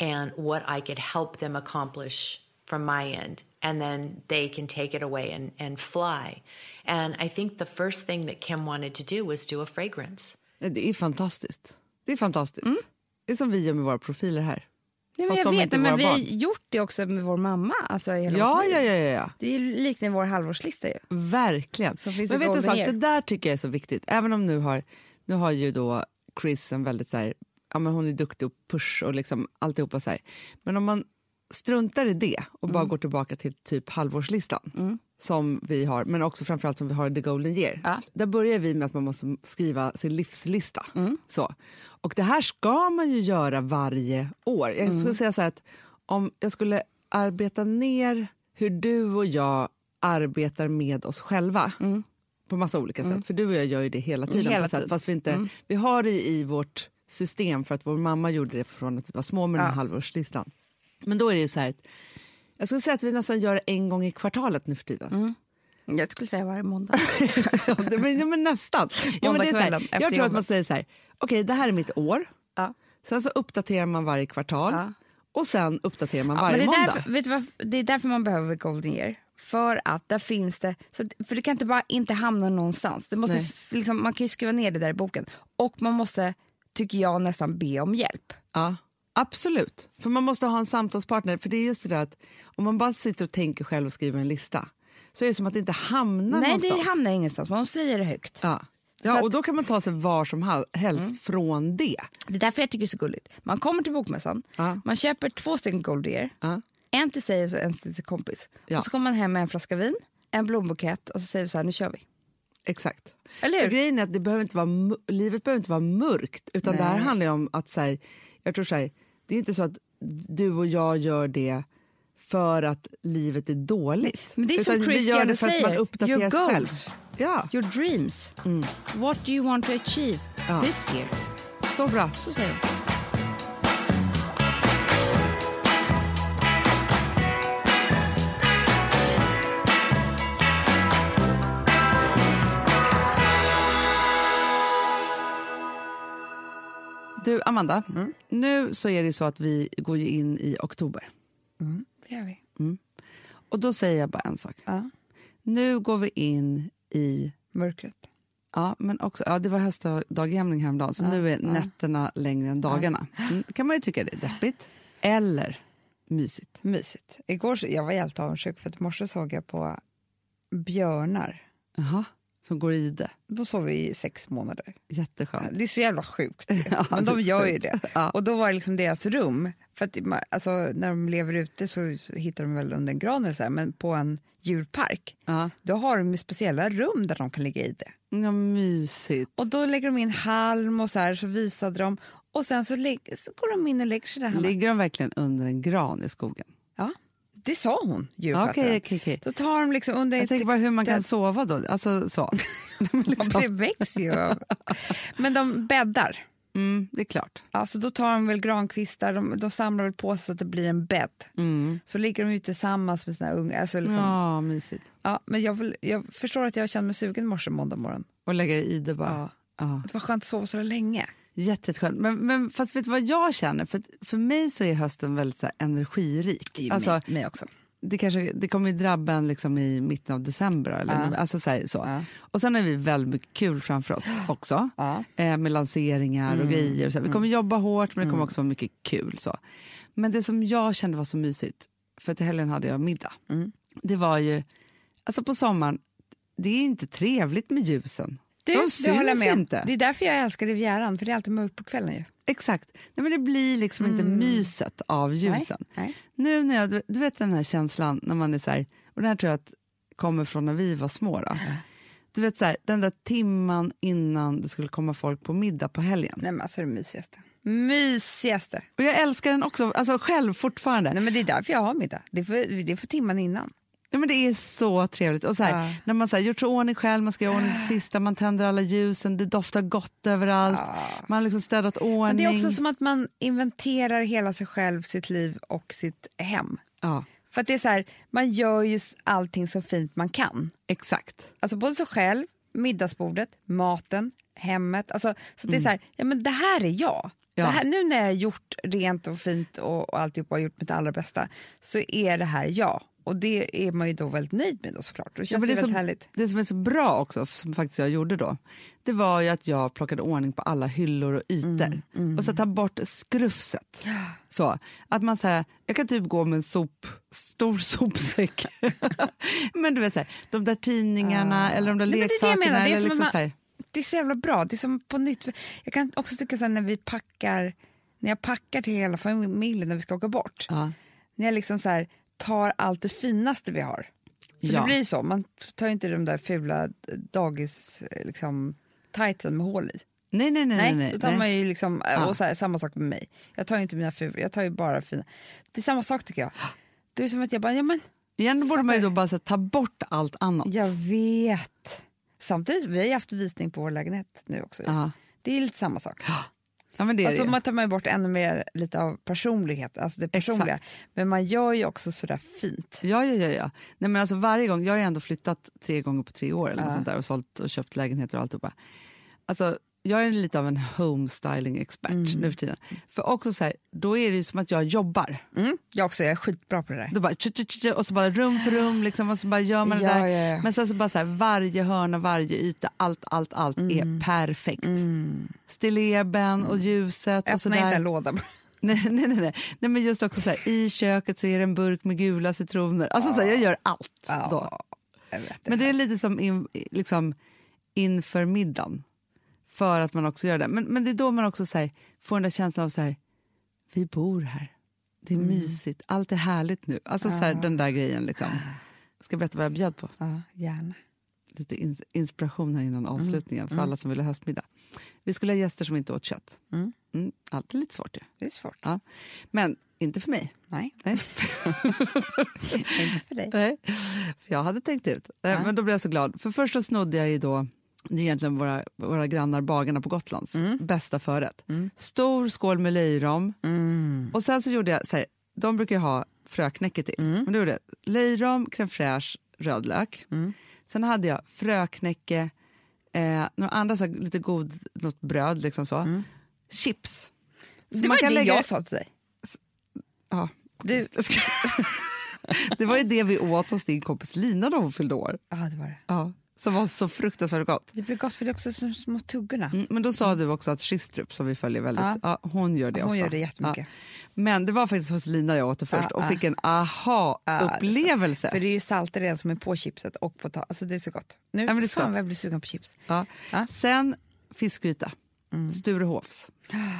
J: and what I could help them accomplish from my end and then they can take it away and, and fly and i think the first thing that kim wanted to do was do a fragrance
C: Nej, Det är fantastiskt. Det är fantastiskt. Det är som vi gör med våra profiler här.
A: Ja, men
C: Fast
A: jag
C: de är
A: vet,
C: inte
A: men
C: våra
A: vi har
C: barn.
A: gjort det också med vår mamma. Alltså, i hela
C: Ja,
A: vårt liv.
C: ja, ja, ja, ja.
A: Det är ju liknande vår halvårslista ju.
C: Verkligen.
A: Som
C: Men
A: finns
C: vet
A: i
C: du en
A: Golden
C: sak,
A: Year.
C: det där tycker jag är så viktigt. Även om nu har, nu har ju då Chris en väldigt så här, ja men hon är duktig och push och liksom alltihopa så här. Men om man struntar i det och bara går tillbaka till typ halvårslistan som vi har, men också framförallt som vi har i The Golden Year.
A: Ja.
C: Där börjar vi med att man måste skriva sin livslista. Så. Och det här ska man ju göra varje år. Jag skulle säga så här att om jag skulle arbeta ner hur du och jag arbetar med oss själva på massa olika sätt, för du och jag gör ju det hela tiden,
A: Mm. hela
C: på ett sätt,
A: tiden. Mm.
C: fast vi, inte, vi har det i vårt system för att vår mamma gjorde det från att vi var små med den här halvårslistan. Men då är det ju så här att jag skulle säga att vi nästan gör det en gång i kvartalet nu för tiden.
A: Mm. Jag skulle säga varje måndag.
C: <laughs> Ja, det- men, ja, men nästan. Ja, men det är så
A: Måndagskvällen
C: här,
A: efter
C: jag tror att
A: jobbet.
C: man säger så här, okej det här är mitt år.
A: Ja.
C: Sen så uppdaterar man varje kvartal
A: Ja.
C: och sen uppdaterar man
A: Ja,
C: varje
A: men det är
C: måndag.
A: Därför, vet du varför, det är därför man behöver Golden Year. För att där finns det, så att, för det kan inte bara inte hamna någonstans. Det måste
C: Nej.
A: f- liksom, man kan ju skriva ner det där i boken. Och man måste, tycker jag, nästan be om hjälp.
C: Ja, absolut. För man måste ha en samtalspartner. För det är just det där att om man bara sitter och tänker själv och skriver en lista så är det som att det inte hamnar
A: Nej,
C: någonstans.
A: det hamnar ingenstans. Man säger det högt.
C: Ja.
A: Så
C: Ja,
A: att- Mm.
C: och då kan man ta sig var som hal- helst från det.
A: Det är därför jag tycker det är så gulligt. Man kommer till bokmässan,
C: Ja.
A: man köper två stycken Gold Ear,
C: Ja.
A: en till sig och en till sin kompis.
C: Ja.
A: Och så kommer man hem med en flaska vin, en blombukett och så säger vi så här, nu kör vi.
C: Exakt.
A: Eller hur?
C: För grejen är att det behöver inte vara, mu- livet behöver inte vara mörkt. Utan det här handlar ju om att så här, jag tror så här, det är inte så att du och jag gör det för att livet är dåligt.
A: Men det är som
C: utan
A: Chris
C: vi gör
A: Jenner
C: det för att man
A: säger, your
C: uppdaterar sig själv.
A: goals.
C: Ja,
A: Your dreams, what do you want to achieve
C: Mm. Ja.
A: this year?
C: så bra.
A: Så säger de.
C: Du, Amanda,
A: Mm.
C: nu så är det ju så att vi går ju in i oktober.
A: Det gör vi.
C: Och då säger jag bara en sak.
A: Ja.
C: Nu går vi in i
A: Mörkret.
C: Ja, men också, ja, det var höstdagjämning häromdagen, så nu är nätterna längre än dagarna. Mm, kan man ju tycka det är deppigt. Eller mysigt.
A: Mysigt. Igår så, jag var helt avundsjuk för att i morse såg jag på björnar.
C: Jaha, som går i det.
A: Då sov vi i sex månader.
C: Jätteskönt.
A: Det är så jävla sjukt. men de gör ju det. Och då var det liksom deras rum. För att, ma- alltså, när de lever ute så så hittar de väl under en gran eller så här, men på en djurpark.
C: Ja.
A: Då har de ju speciella rum där de kan ligga i det.
C: Ja, mysigt.
A: Och då lägger de in halm och så här, så visade de. Och sen så, lägg, så går de in och lägger sig där. hemma.
C: Ligger de verkligen under en gran i skogen?
A: Ja, det sa hon, djurskötaren.
C: Okej, okej, okej.
A: Då tar de liksom under...
C: Jag tänker bara hur man
A: den-
C: kan liksom- sova då.
A: <laughs>
C: Alltså så. <laughs>
A: Det växer ju. av. Men de bäddar.
C: Mm, det är klart.
A: Alltså då tar de väl grankvistar, de, de samlar väl på sig så att det blir en bädd. Så ligger de ju tillsammans med sina unga. Alltså liksom, ja.
C: Mm. Ja, mysigt.
A: men jag, vill, jag förstår att jag kände mig sugen i morse måndag morgon.
C: Och lägga det i det bara.
A: Ja.
C: Ja.
A: Det var skönt att sova så länge.
C: Jätteskönt. Men, men fast vet du vad jag känner? För, för mig så är hösten väldigt så här energirik. Alltså,
A: mig, mig också.
C: det, kanske, det kommer ju drabba en liksom i mitten av december. Eller, alltså så här, så. Och sen har vi väldigt mycket kul
A: <gasps>
C: framför oss också. Eh, med lanseringar och
A: Mm.
C: grejer. Och så här. Vi kommer jobba hårt men det kommer också vara mycket kul. Så. Men det som jag kände var så mysigt, för till helgen hade jag middag.
A: Mm.
C: Det var ju, alltså på sommaren, det är inte trevligt med ljusen.
A: Du,
C: De
A: det
C: syns
A: håller jag med. om.
C: inte.
A: Det är därför jag älskar Rivieran, för det är alltid mörkt på kvällen ju.
C: Exakt. Nej, men det blir liksom inte myset av ljusen.
A: Mm. nej.
C: Nu när jag, du- du vet den här känslan när man är så här, och den här tror jag att kommer från när vi var små. Då. Du vet så här, den där timman innan det skulle komma folk på middag på helgen.
A: Nej men alltså det mysigaste. Mysigaste!
C: Och jag älskar den också, alltså själv fortfarande.
A: Nej men det är därför jag har middag. Det är för, det är för timmen innan.
C: Ja, men det är så trevligt. Och så här,
A: Ja. Ah.
C: När man så här, gjort sig i ordning själv, man ska göra i ordning det sista, man tänder alla ljusen, det doftar gott överallt. Man har liksom städat
A: Ah. Men
C: ordning.
A: det är också som att man inventerar hela sig själv, sitt liv och sitt hem.
C: Ja,
A: För att det är så här, man gör ju s- allting så fint man kan.
C: exakt.
A: Alltså både sig själv, middagsbordet, maten, hemmet. Alltså, så att det är så här, ja men det här är jag.
C: Mm. Ja.
A: Det här, nu när jag har gjort rent och fint och, och alltihopa och gjort mitt allra bästa så är det här jag. Och det är man ju då väldigt nöjd med då såklart. Det känns
C: Ja, men
A: ju
C: det,
A: väldigt
C: som,
A: härligt.
C: det som är så bra också, som faktiskt jag gjorde då, det var ju att jag plockade ordning på alla hyllor och ytor.
A: Mm,
C: Och så ta bort skrufset. Så, att man så här, jag kan typ gå med en sop, stor <laughs> sopsäck. men du vet, så här, de där tidningarna eller de där
A: Ah. Nej, men det är det jag menar.
C: leksakerna.
A: Det är
C: eller
A: som
C: liksom
A: att
C: så
A: man-
C: här,
A: Det är så jävla bra. Det är som på nytt. Jag kan också tycka så här, när vi packar, när jag packar till hela familjen när vi ska åka bort.
C: ja,
A: När jag liksom så här, tar allt det finaste vi har. För
C: Ja.
A: det blir ju så, man tar ju inte de där fula eh, dagis liksom, tightsen med hål i.
C: nej, nej, nej. nej,
A: då tar man ju liksom, och så här, samma sak med mig. Jag tar ju inte mina fula, jag tar ju bara fina. Det är samma sak tycker jag. Det är som att jag bara, ja men
C: Egentligen borde man ju då bara så här, ta bort allt annat.
A: jag vet. Samtidigt, vi har ju haft visning på vår lägenhet nu också.
C: Ja.
A: <gasps> Det är lite samma sak.
C: Ja, men det är
A: Alltså
C: det.
A: man tar man ju bort ännu mer lite av personlighet, alltså det personliga. Men man gör ju också sådär fint.
C: Ja, ja, ja. ja. Nej, men alltså varje gång, jag har ju ändå flyttat tre gånger på tre år eller något sånt där, och sålt och köpt lägenheter och alltihopa. Alltså, jag är lite av en homestyling-expert
A: Mm.
C: nu för tiden. För också så här, då är det ju som att jag jobbar.
A: Mm. Jag också, jag är skitbra på det där.
C: Då bara, tju, tju, tju, tju, och så bara rum för rum, liksom, och så bara gör man det
A: Ja,
C: där.
A: ja, ja.
C: Men sen så bara så här, varje hörna, varje yta, allt, allt, allt
A: Mm.
C: är perfekt. Stilleben och ljuset och
A: Öppna inte
C: sådär.
A: en låda <laughs> bara.
C: <laughs> Nej, nej, nej, nej. nej men just också så här, i köket så är det en burk med gula citroner. Alltså så här, jag gör allt då.
A: Jag vet
C: Men det är lite som in, liksom, inför middagen. För att man också gör det. Men, men det är då man också så här, får den där känslan av så här, vi bor här. Det är mysigt, allt är härligt nu. Alltså så här, den där grejen liksom. Jag ska berätta vad jag bjöd på.
A: Ja, gärna.
C: Lite in, inspiration här innan avslutningen för alla som ville ha höstmiddag. Vi skulle ha gäster som inte åt kött. Mm, alltid lite svårt ju.
A: Det är svårt.
C: Ja. Men inte för mig.
A: Nej,
C: Nej.
A: inte för dig.
C: Nej, för jag hade tänkt ut. Nej, Men då blev jag så glad. För först så snodde jag ju då, det är egentligen våra, våra grannar bagarna på Gotlands
A: Mm.
C: bästa förrätt. Stor skål med löjrom.
A: Mm.
C: Och sen så gjorde jag, så här, de brukar ju ha fröknäcke till.
A: Mm.
C: Men då gjorde jag löjrom, crème fraîche, rödlök.
A: Mm.
C: Sen hade jag fröknäcke, eh, några andra så här, lite god, något bröd liksom så. Chips. Så
A: Mm. Det var det jag
C: <laughs>
A: sa till dig.
C: Ja.
A: Du...
C: Det var ju det vi åt hos din kompis Lina då hon fyllde år.
A: Ja, det var det.
C: Ja. som var så fruktansvärt gott.
A: Det blir gott för det är också som små tuggorna.
C: Mm, Men då sa du också att Schistrup, som vi följer väldigt, ja.
A: Ja.
C: hon gör det
A: Hon
C: ofta.
A: gör det jättemycket.
C: Ja. Men det var faktiskt hos Lina jag åt det först
A: Ja,
C: och
A: ja.
C: fick en aha-upplevelse.
A: För det är ju salter redan som är på chipset och på ta- Alltså det är så gott. Nu,
C: men det är så
A: fan
C: gott.
A: vad jag blir sugen på chips.
C: Ja.
A: Ja.
C: Sen fiskgryta.
A: Mm. <gasps>
C: Sturehofs.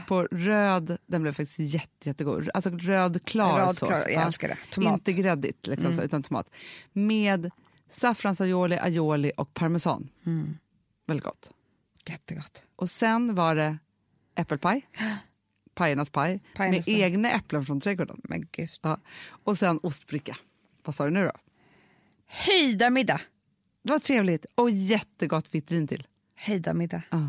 C: På röd, den blev faktiskt jätte, jättegod. Alltså röd klar
A: Röd
C: sås.
A: klar, jag
C: Ja.
A: älskar det. Tomat. Mm.
C: Inte gräddigt, liksom, så, utan tomat. Med saffransaioli, aioli och parmesan.
A: Mm.
C: Väldigt gott.
A: Jättegott.
C: Och sen var det äppelpaj. Pajernas paj. Med
A: Pajernas paj.
C: egna äpplen från trädgården.
A: Men gud.
C: Ja. Och sen ostbricka. Vad sa du nu då?
A: Höjda middag.
C: Det var trevligt. Och jättegott vitt vin till.
A: Höjda middag.
C: Ja,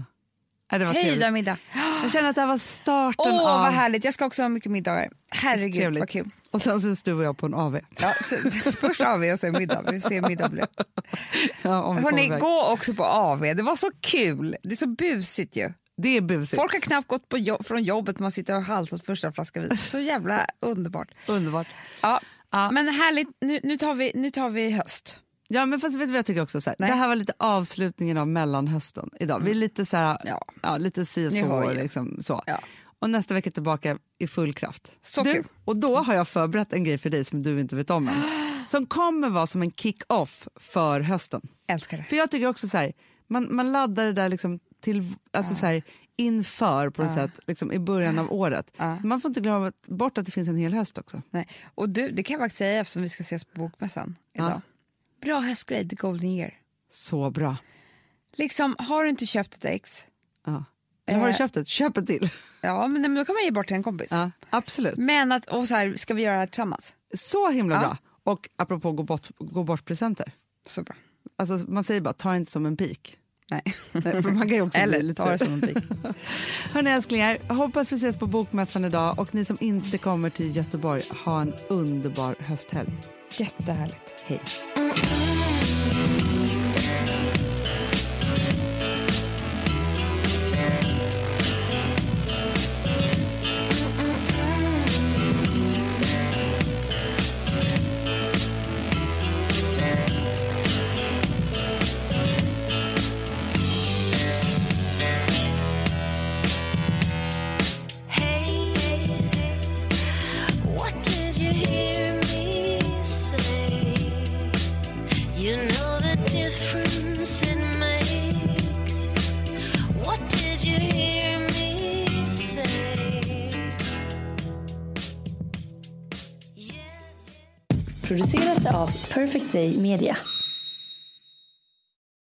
C: det var
A: Höjda
C: trevligt.
A: middag.
C: Jag känner att det här var starten
A: Åh
C: av...
A: vad härligt, jag ska också ha mycket middagar. Herregud vad kul.
C: Och sen syns du och jag på en AV.
A: Ja, så, <laughs> först AV och sen middag. Vi får se hur middag blev.
C: Ja, om vi
A: Hörni,
C: kommer iväg.
A: gå också på AV. Det var så kul. Det är så busigt ju.
C: Det är busigt.
A: Folk har knappt gått på jo- från jobbet, man sitter och har halsat första flaskan vin. Så jävla underbart.
C: Underbart.
A: Ja.
C: Ja.
A: Men härligt, nu, nu, tar vi, nu tar vi höst.
C: Ja, men fast vet du vad jag tycker också? Så här, det
A: Nej. Mm.
C: här var lite avslutningen av mellanhösten idag. Vi är lite så här, ja.
A: Ja.
C: lite si och
A: Ni
C: så.
A: hör ju.
C: Liksom, så.
A: Ja.
C: Och nästa vecka tillbaka i full kraft.
A: Så
C: du,
A: kul.
C: och då har jag förberett en grej för dig som du inte vet om än. <gasps> Som kommer vara som en kick-off för hösten.
A: Älskar det.
C: För jag tycker också så här, man, man laddar det där liksom till, alltså så här, inför på något sätt, liksom i början av året. Man får inte glömma bort att det finns en hel höst också.
A: Nej. Och du, det kan jag faktiskt säga eftersom vi ska ses på Bokmässan idag. Bra höstgrej, the golden year.
C: Så bra.
A: Liksom, har du inte köpt ett ex,
C: Ja. Eller har du
A: Eh.
C: köpt ett? Köp ett till.
A: ja men, men då kan man ge bort till en kompis.
C: Ja, <laughs> absolut.
A: Men att, och så här, ska vi göra det här tillsammans?
C: Så himla
A: Ja.
C: bra. Och apropå gå bort, gå bort presenter.
A: Så bra.
C: Alltså, man säger bara, ta det inte som en pik.
A: Nej.
C: Nej, för man kan ju också bli
A: Eller
C: lite
A: ta det
C: sur. <laughs>
A: som en pik.
C: Hörni älsklingar, jag hoppas vi ses på Bokmässan idag. Och ni som inte kommer till Göteborg, ha en underbar hösthelg.
A: Jättehärligt.
C: Hej.
K: Hey, what did you hear me say? You know the difference it makes. What did you hear me say? Yeah.
L: Producerat av Perfect Day Media.